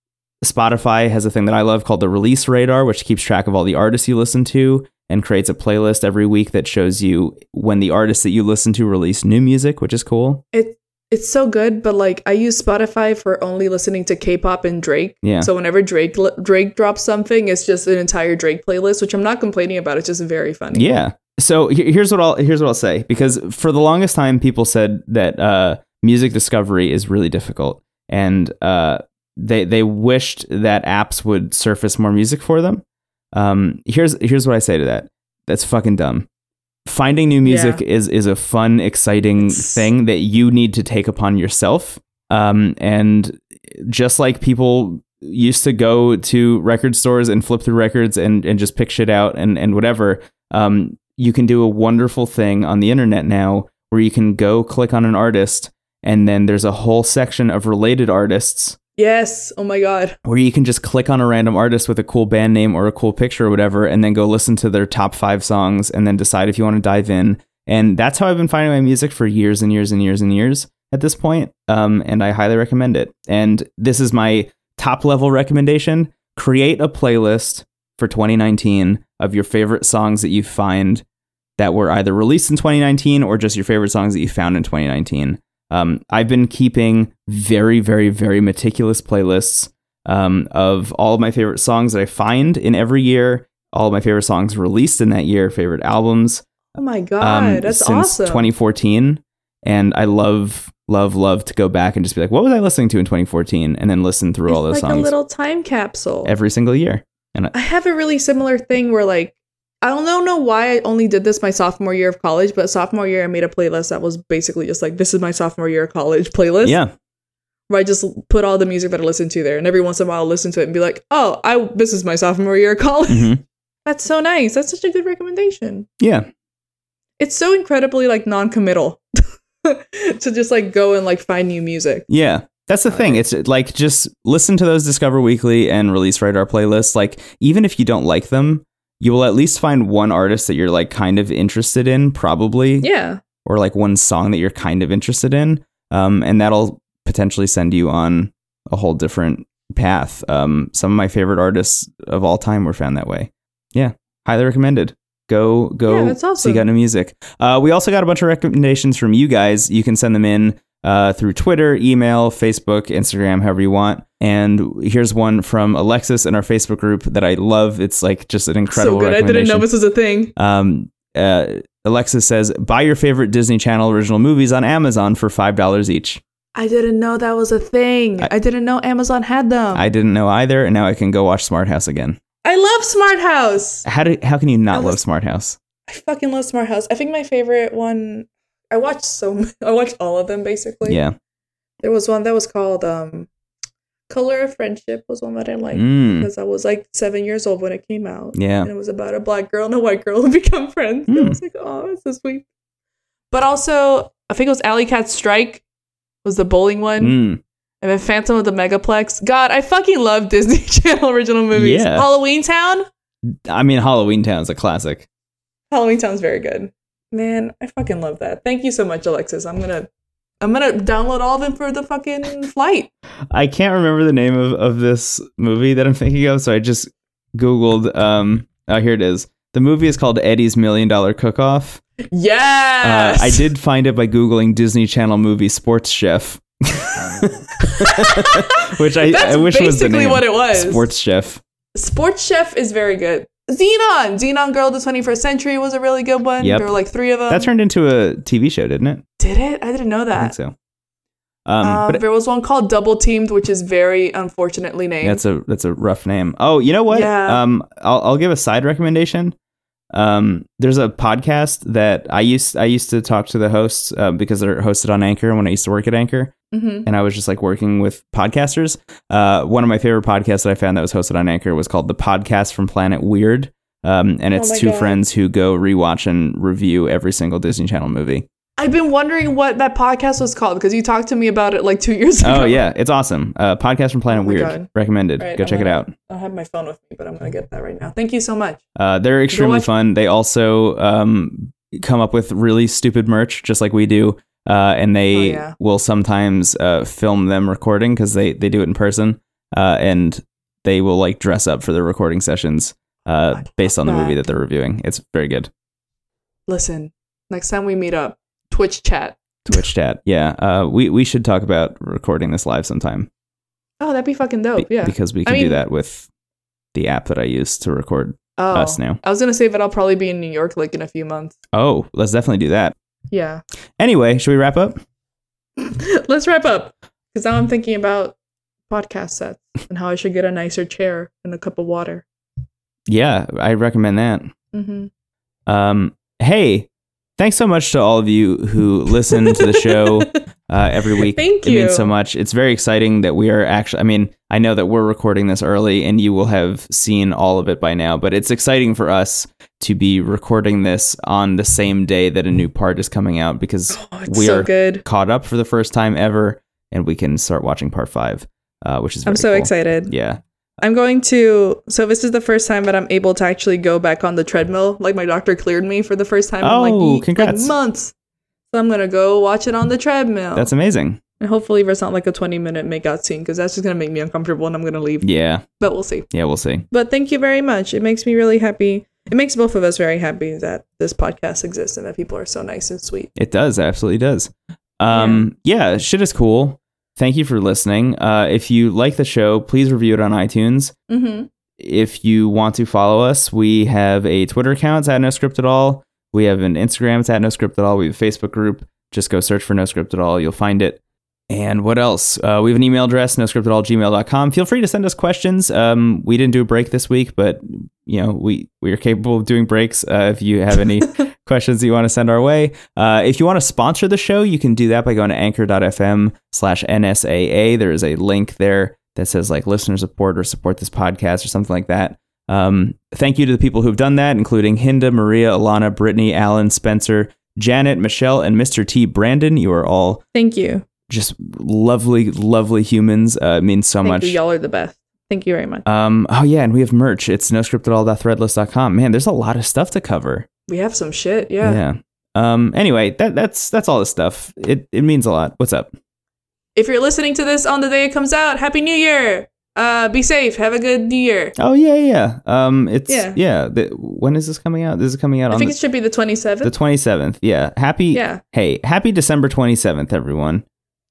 S2: Spotify has a thing that I love called the Release Radar, which keeps track of all the artists you listen to and creates a playlist every week that shows you when the artists that you listen to release new music, which is cool.
S3: It it's so good, but like I use Spotify for only listening to K-pop and Drake.
S2: Yeah.
S3: So whenever Drake Drake drops something, it's just an entire Drake playlist, which I'm not complaining about. It's just very funny.
S2: Yeah. So he- here's what I'll here's what I'll say because for the longest time people said that uh, music discovery is really difficult and uh, they they wished that apps would surface more music for them. Um, here's here's what I say to that. That's fucking dumb. Finding new music is is a fun, exciting
S3: It's-
S2: thing that you need to take upon yourself. Um, and just like people used to go to record stores and flip through records and, and just pick shit out and, and whatever, um, you can do a wonderful thing on the internet now where you can go click on an artist and then there's a whole section of related artists
S3: Yes. Oh my god.
S2: where you can just click on a random artist with a cool band name or a cool picture or whatever and then go listen to their top five songs and then decide if you want to dive in. And that's how I've been finding my music for years and years and years and years at this point. Um, and I highly recommend it. And this is my top level recommendation create a playlist for 2019 of your favorite songs that you find that were either released in 2019 or just your favorite songs that you found in 2019. Um, I've been keeping very, very, very meticulous playlists um, of all of my favorite songs that I find in every year, all of my favorite songs released in that year, favorite albums.
S3: Oh my
S2: um,
S3: god. That's
S2: since
S3: awesome.
S2: 2014, and I love, love, love to go back and just be like, what was I listening to in 2014, and then listen through all those
S3: it's like a
S2: songs
S3: little time capsule.
S2: every single year.
S3: I have a really similar thing where like I don't know, know why I only did this my sophomore year of college, but sophomore year I made a playlist that was basically just like this is my sophomore year of college playlist.
S2: Yeah,
S3: Where I just put all the music that I listened to there and every once in a while I'll listen to it and be like, Oh, I this is my sophomore year of <laughs> college.
S2: Mhm.
S3: That's so nice. That's such a good recommendation.
S2: yeah,
S3: It's so incredibly like non committal <laughs> to just like go and like find new music.
S2: yeah. That's the thing. It's like just listen to those Discover Weekly and Release Radar playlists. Like even if you don't like them, you will at least find one artist that you're like kind of interested in, probably.
S3: Yeah.
S2: or like one song that you're kind of interested in. Um, and that'll potentially send you on a whole different path. Um, some of my favorite artists of all time were found that way. Yeah, highly recommended. Go, go,
S3: Yeah, that's awesome.
S2: seek out new music. Uh, we also got a bunch of recommendations from you guys. You can send them in uh, through Twitter, email, Facebook, Instagram, however you want. And here's one from Alexis in our Facebook group that I love. It's like just an incredible
S3: so good. I
S2: recommendation.
S3: didn't know this was a thing.
S2: Um, uh, Alexa says, buy your favorite Disney Channel original movies on Amazon for $5 each.
S3: I didn't know that was a thing. I, didn't know Amazon had them.
S2: I didn't know either, and now I can go watch Smart House again.
S3: I love Smart House.
S2: How, do, how can you not
S3: That
S2: love
S3: was-
S2: Smart House?
S3: I fucking love Smart House. I think my favorite one. I watched so. m- <laughs> I watched all of them basically.
S2: yeah.
S3: There was one that was called um, "Color of Friendship" was one that I liked
S2: Mm.
S3: because I was like seven years old when it came out.
S2: Yeah.
S3: And it was about a black girl and a white girl <laughs> who become friends. And I
S2: Hmm.
S3: was like, oh, it's so sweet. But also, I think it was Alley Cat Strike was the bowling one.
S2: Mm.
S3: And then Phantom of the Megaplex. God, I fucking love <laughs> Disney Channel original movies.
S2: Yeah.
S3: Halloween Town.
S2: I mean, Halloween Town's a classic.
S3: Halloween Town's very good. Man, I fucking love that. Thank you so much, Alexis. I'm gonna I'm gonna download all of them for the fucking flight.
S2: I can't remember the name of, of this movie that I'm thinking of, so I just Googled. Um, oh, here it is. The movie is called Eddie's Million Dollar Cook Off. <laughs> Uh,
S3: Yes.
S2: I did find it by Googling Disney Channel movie Sports
S3: <laughs>
S2: Chef. Which I,
S3: That's
S2: I wish
S3: basically
S2: was the name.
S3: what it was. Sports.
S2: Sports Chef.
S3: Chef is very good. Xenon, Xenon Girl of the 21st Century was a really good one.
S2: Yep.
S3: There were like three of them.
S2: That turned into a TV show, didn't it?
S3: Did it? I didn't know
S2: I think
S3: that.
S2: so. Um,
S3: Um,
S2: but
S3: there was one called Double Teamed, which is very unfortunately named.
S2: that's a that's a rough name. Oh, you know what?
S3: Yeah.
S2: Um, I'll I'll give a side recommendation. Um, there's a podcast that I used I used to talk to the hosts uh, because they're hosted on Anchor when I used to work at Anchor,
S3: hmm
S2: and I was just like working with podcasters. Uh, one of my favorite podcasts that I found that was hosted on Anchor was called the Podcast from Planet Weird. Um, and it's
S3: Oh my
S2: two
S3: God.
S2: friends who go rewatch and review every single Disney Channel movie.
S3: I've been wondering what that podcast was called because you talked to me about it like two years ago.
S2: Oh yeah, it's awesome. Uh, podcast from Planet
S3: Oh my
S2: Weird,
S3: God.
S2: recommended.
S3: Right,
S2: Go
S3: I'm
S2: check it
S3: gonna-
S2: out.
S3: I don't have my phone with me, but I'm gonna get that right now. Thank you so much.
S2: Uh, they're extremely
S3: watch-
S2: fun. They also um, come up with really stupid merch, just like we do. Uh, and they
S3: Oh, yeah.
S2: will sometimes uh, film them recording because they, they do it in person. Uh, and they will like dress up for their recording sessions uh,
S3: love
S2: based on the movie
S3: that.
S2: that they're reviewing. It's very good.
S3: Listen, next time we meet up, Twitch chat. <laughs>
S2: Twitch chat. Yeah. Uh, we we should talk about recording this live sometime.
S3: Oh, that'd be fucking
S2: Be-
S3: dope. Yeah.
S2: Because we
S3: I
S2: can do
S3: mean-
S2: that with the app that I use to record.
S3: oh,
S2: us now.
S3: I was gonna say, but I'll probably be in New York like in a few months.
S2: Oh, let's definitely do that.
S3: Yeah.
S2: Anyway, should we wrap up?
S3: <laughs> Let's wrap up because now I'm thinking about podcast sets and how I should get a nicer chair and a cup of water.
S2: Yeah, I recommend that.
S3: hmm
S2: Um, hey, thanks so much to all of you who listen to the show uh, every week.
S3: Thank
S2: It
S3: you.
S2: means so much. It's very exciting that we are actually. I mean, I know that we're recording this early, and you will have seen all of it by now. But it's exciting for us to be recording this on the same day that a new part is coming out because
S3: <laughs> Oh, it's
S2: we
S3: so
S2: are
S3: good.
S2: caught up for the first time ever, and we can start watching part five, uh, which is
S3: I'm
S2: very
S3: so
S2: cool.
S3: excited.
S2: Yeah,
S3: I'm going to. So this is the first time that I'm able to actually go back on the treadmill. Like my doctor cleared me for the first time in like,
S2: Oh,
S3: ye-
S2: congrats.
S3: like months. So I'm gonna go watch it on the treadmill.
S2: that's amazing.
S3: and hopefully there's not like a 20 minute makeout scene because that's just gonna make me uncomfortable and I'm gonna leave.
S2: Yeah,
S3: But we'll see.
S2: yeah, we'll see.
S3: But thank you very much. It makes me really happy. It makes both of us very happy that this podcast exists and that people are so nice and sweet.
S2: It does, it absolutely does. Um, yeah. shit is cool. Thank you for listening. Uh, if you like the show, please review it on iTunes.
S3: Mm-hmm.
S2: If you want to follow us, we have a Twitter account, it's at no script at all. We have an Instagram, it's at no script at all. We have a Facebook group. Just go search for no script at all. You'll find it. And what else? Uh, we have an email address, no script at all, gmail.com. Feel free to send us questions. Um, we didn't do a break this week, but you know, we, we are capable of doing breaks. Uh, if you have any questions that you want to send our way. Uh, if you want to sponsor the show, you can do that by going to anchor.fm slash NSAA. There is a link there that says like listener support or support this podcast or something like that. Um, thank you to the people who've done that, including Hinda, Maria, Alana, Brittany, Alan, Spencer, Janet, Michelle, and Mr. T. Brandon. You are all
S3: Thank you.
S2: just lovely, lovely humans. Uh, it means so
S3: thank
S2: much.
S3: you. Y'all are the best. Thank you very much.
S2: Um, oh yeah, and we have merch. It's noscriptatall.threadless.com. Man, there's a lot of stuff to cover.
S3: we have some shit. Yeah.
S2: Yeah. Um. Anyway, that that's that's all this stuff. It it means a lot. What's up?
S3: If you're listening to this on the day it comes out, Happy New Year. Uh, be safe. Have a good New Year.
S2: Oh yeah yeah. yeah. Um. It's yeah.
S3: Yeah.
S2: the, when is this coming out? This is coming out
S3: I
S2: on
S3: think
S2: the,
S3: it should be the 27th.
S2: the 27th. Yeah. Happy.
S3: Yeah.
S2: Hey, happy December 27th, everyone.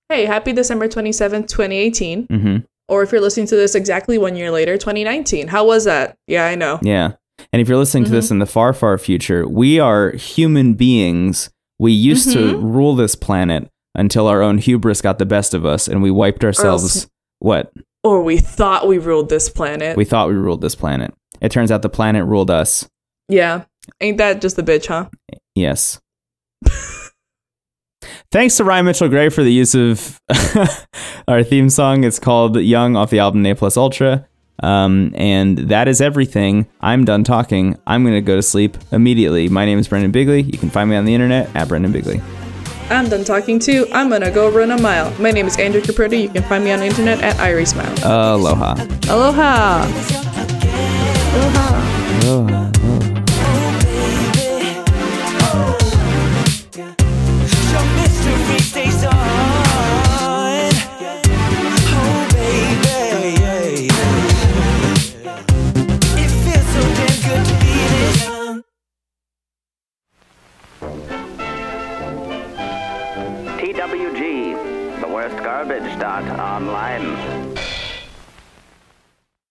S3: hey, happy December 27th, 2018.
S2: hmm
S3: Or if you're listening to this exactly one year later, 2019. How was that? Yeah, I know.
S2: Yeah. And if you're listening to
S3: Mm-hmm.
S2: this in the far far future, we are human beings. We used to
S3: Mm-hmm.
S2: rule this planet until our own hubris got the best of us, and we wiped ourselves. What
S3: Or we thought we ruled this planet.
S2: we thought we ruled this planet. It turns out the planet ruled us.
S3: yeah. Ain't that just a bitch, huh?
S2: Yes. Thanks to Ryan Mitchell Gray for the use of <laughs> our theme song. It's called Young off the album A Plus Ultra. Um, and that is everything. I'm done talking. I'm going to go to sleep immediately. My name is Brendan Bigley. You can find me on the internet at Brendan Bigley.
S3: I'm done talking too. I'm gonna go run a mile. My name is Andrew Capretta. You can find me on the internet at Irie Smile.
S2: Aloha.
S3: Aloha.
S2: Aloha.
S1: Your mystery stays on. Oh, baby. It feels so damn good to be this young.
S4: TWG, the worst garbage dot online.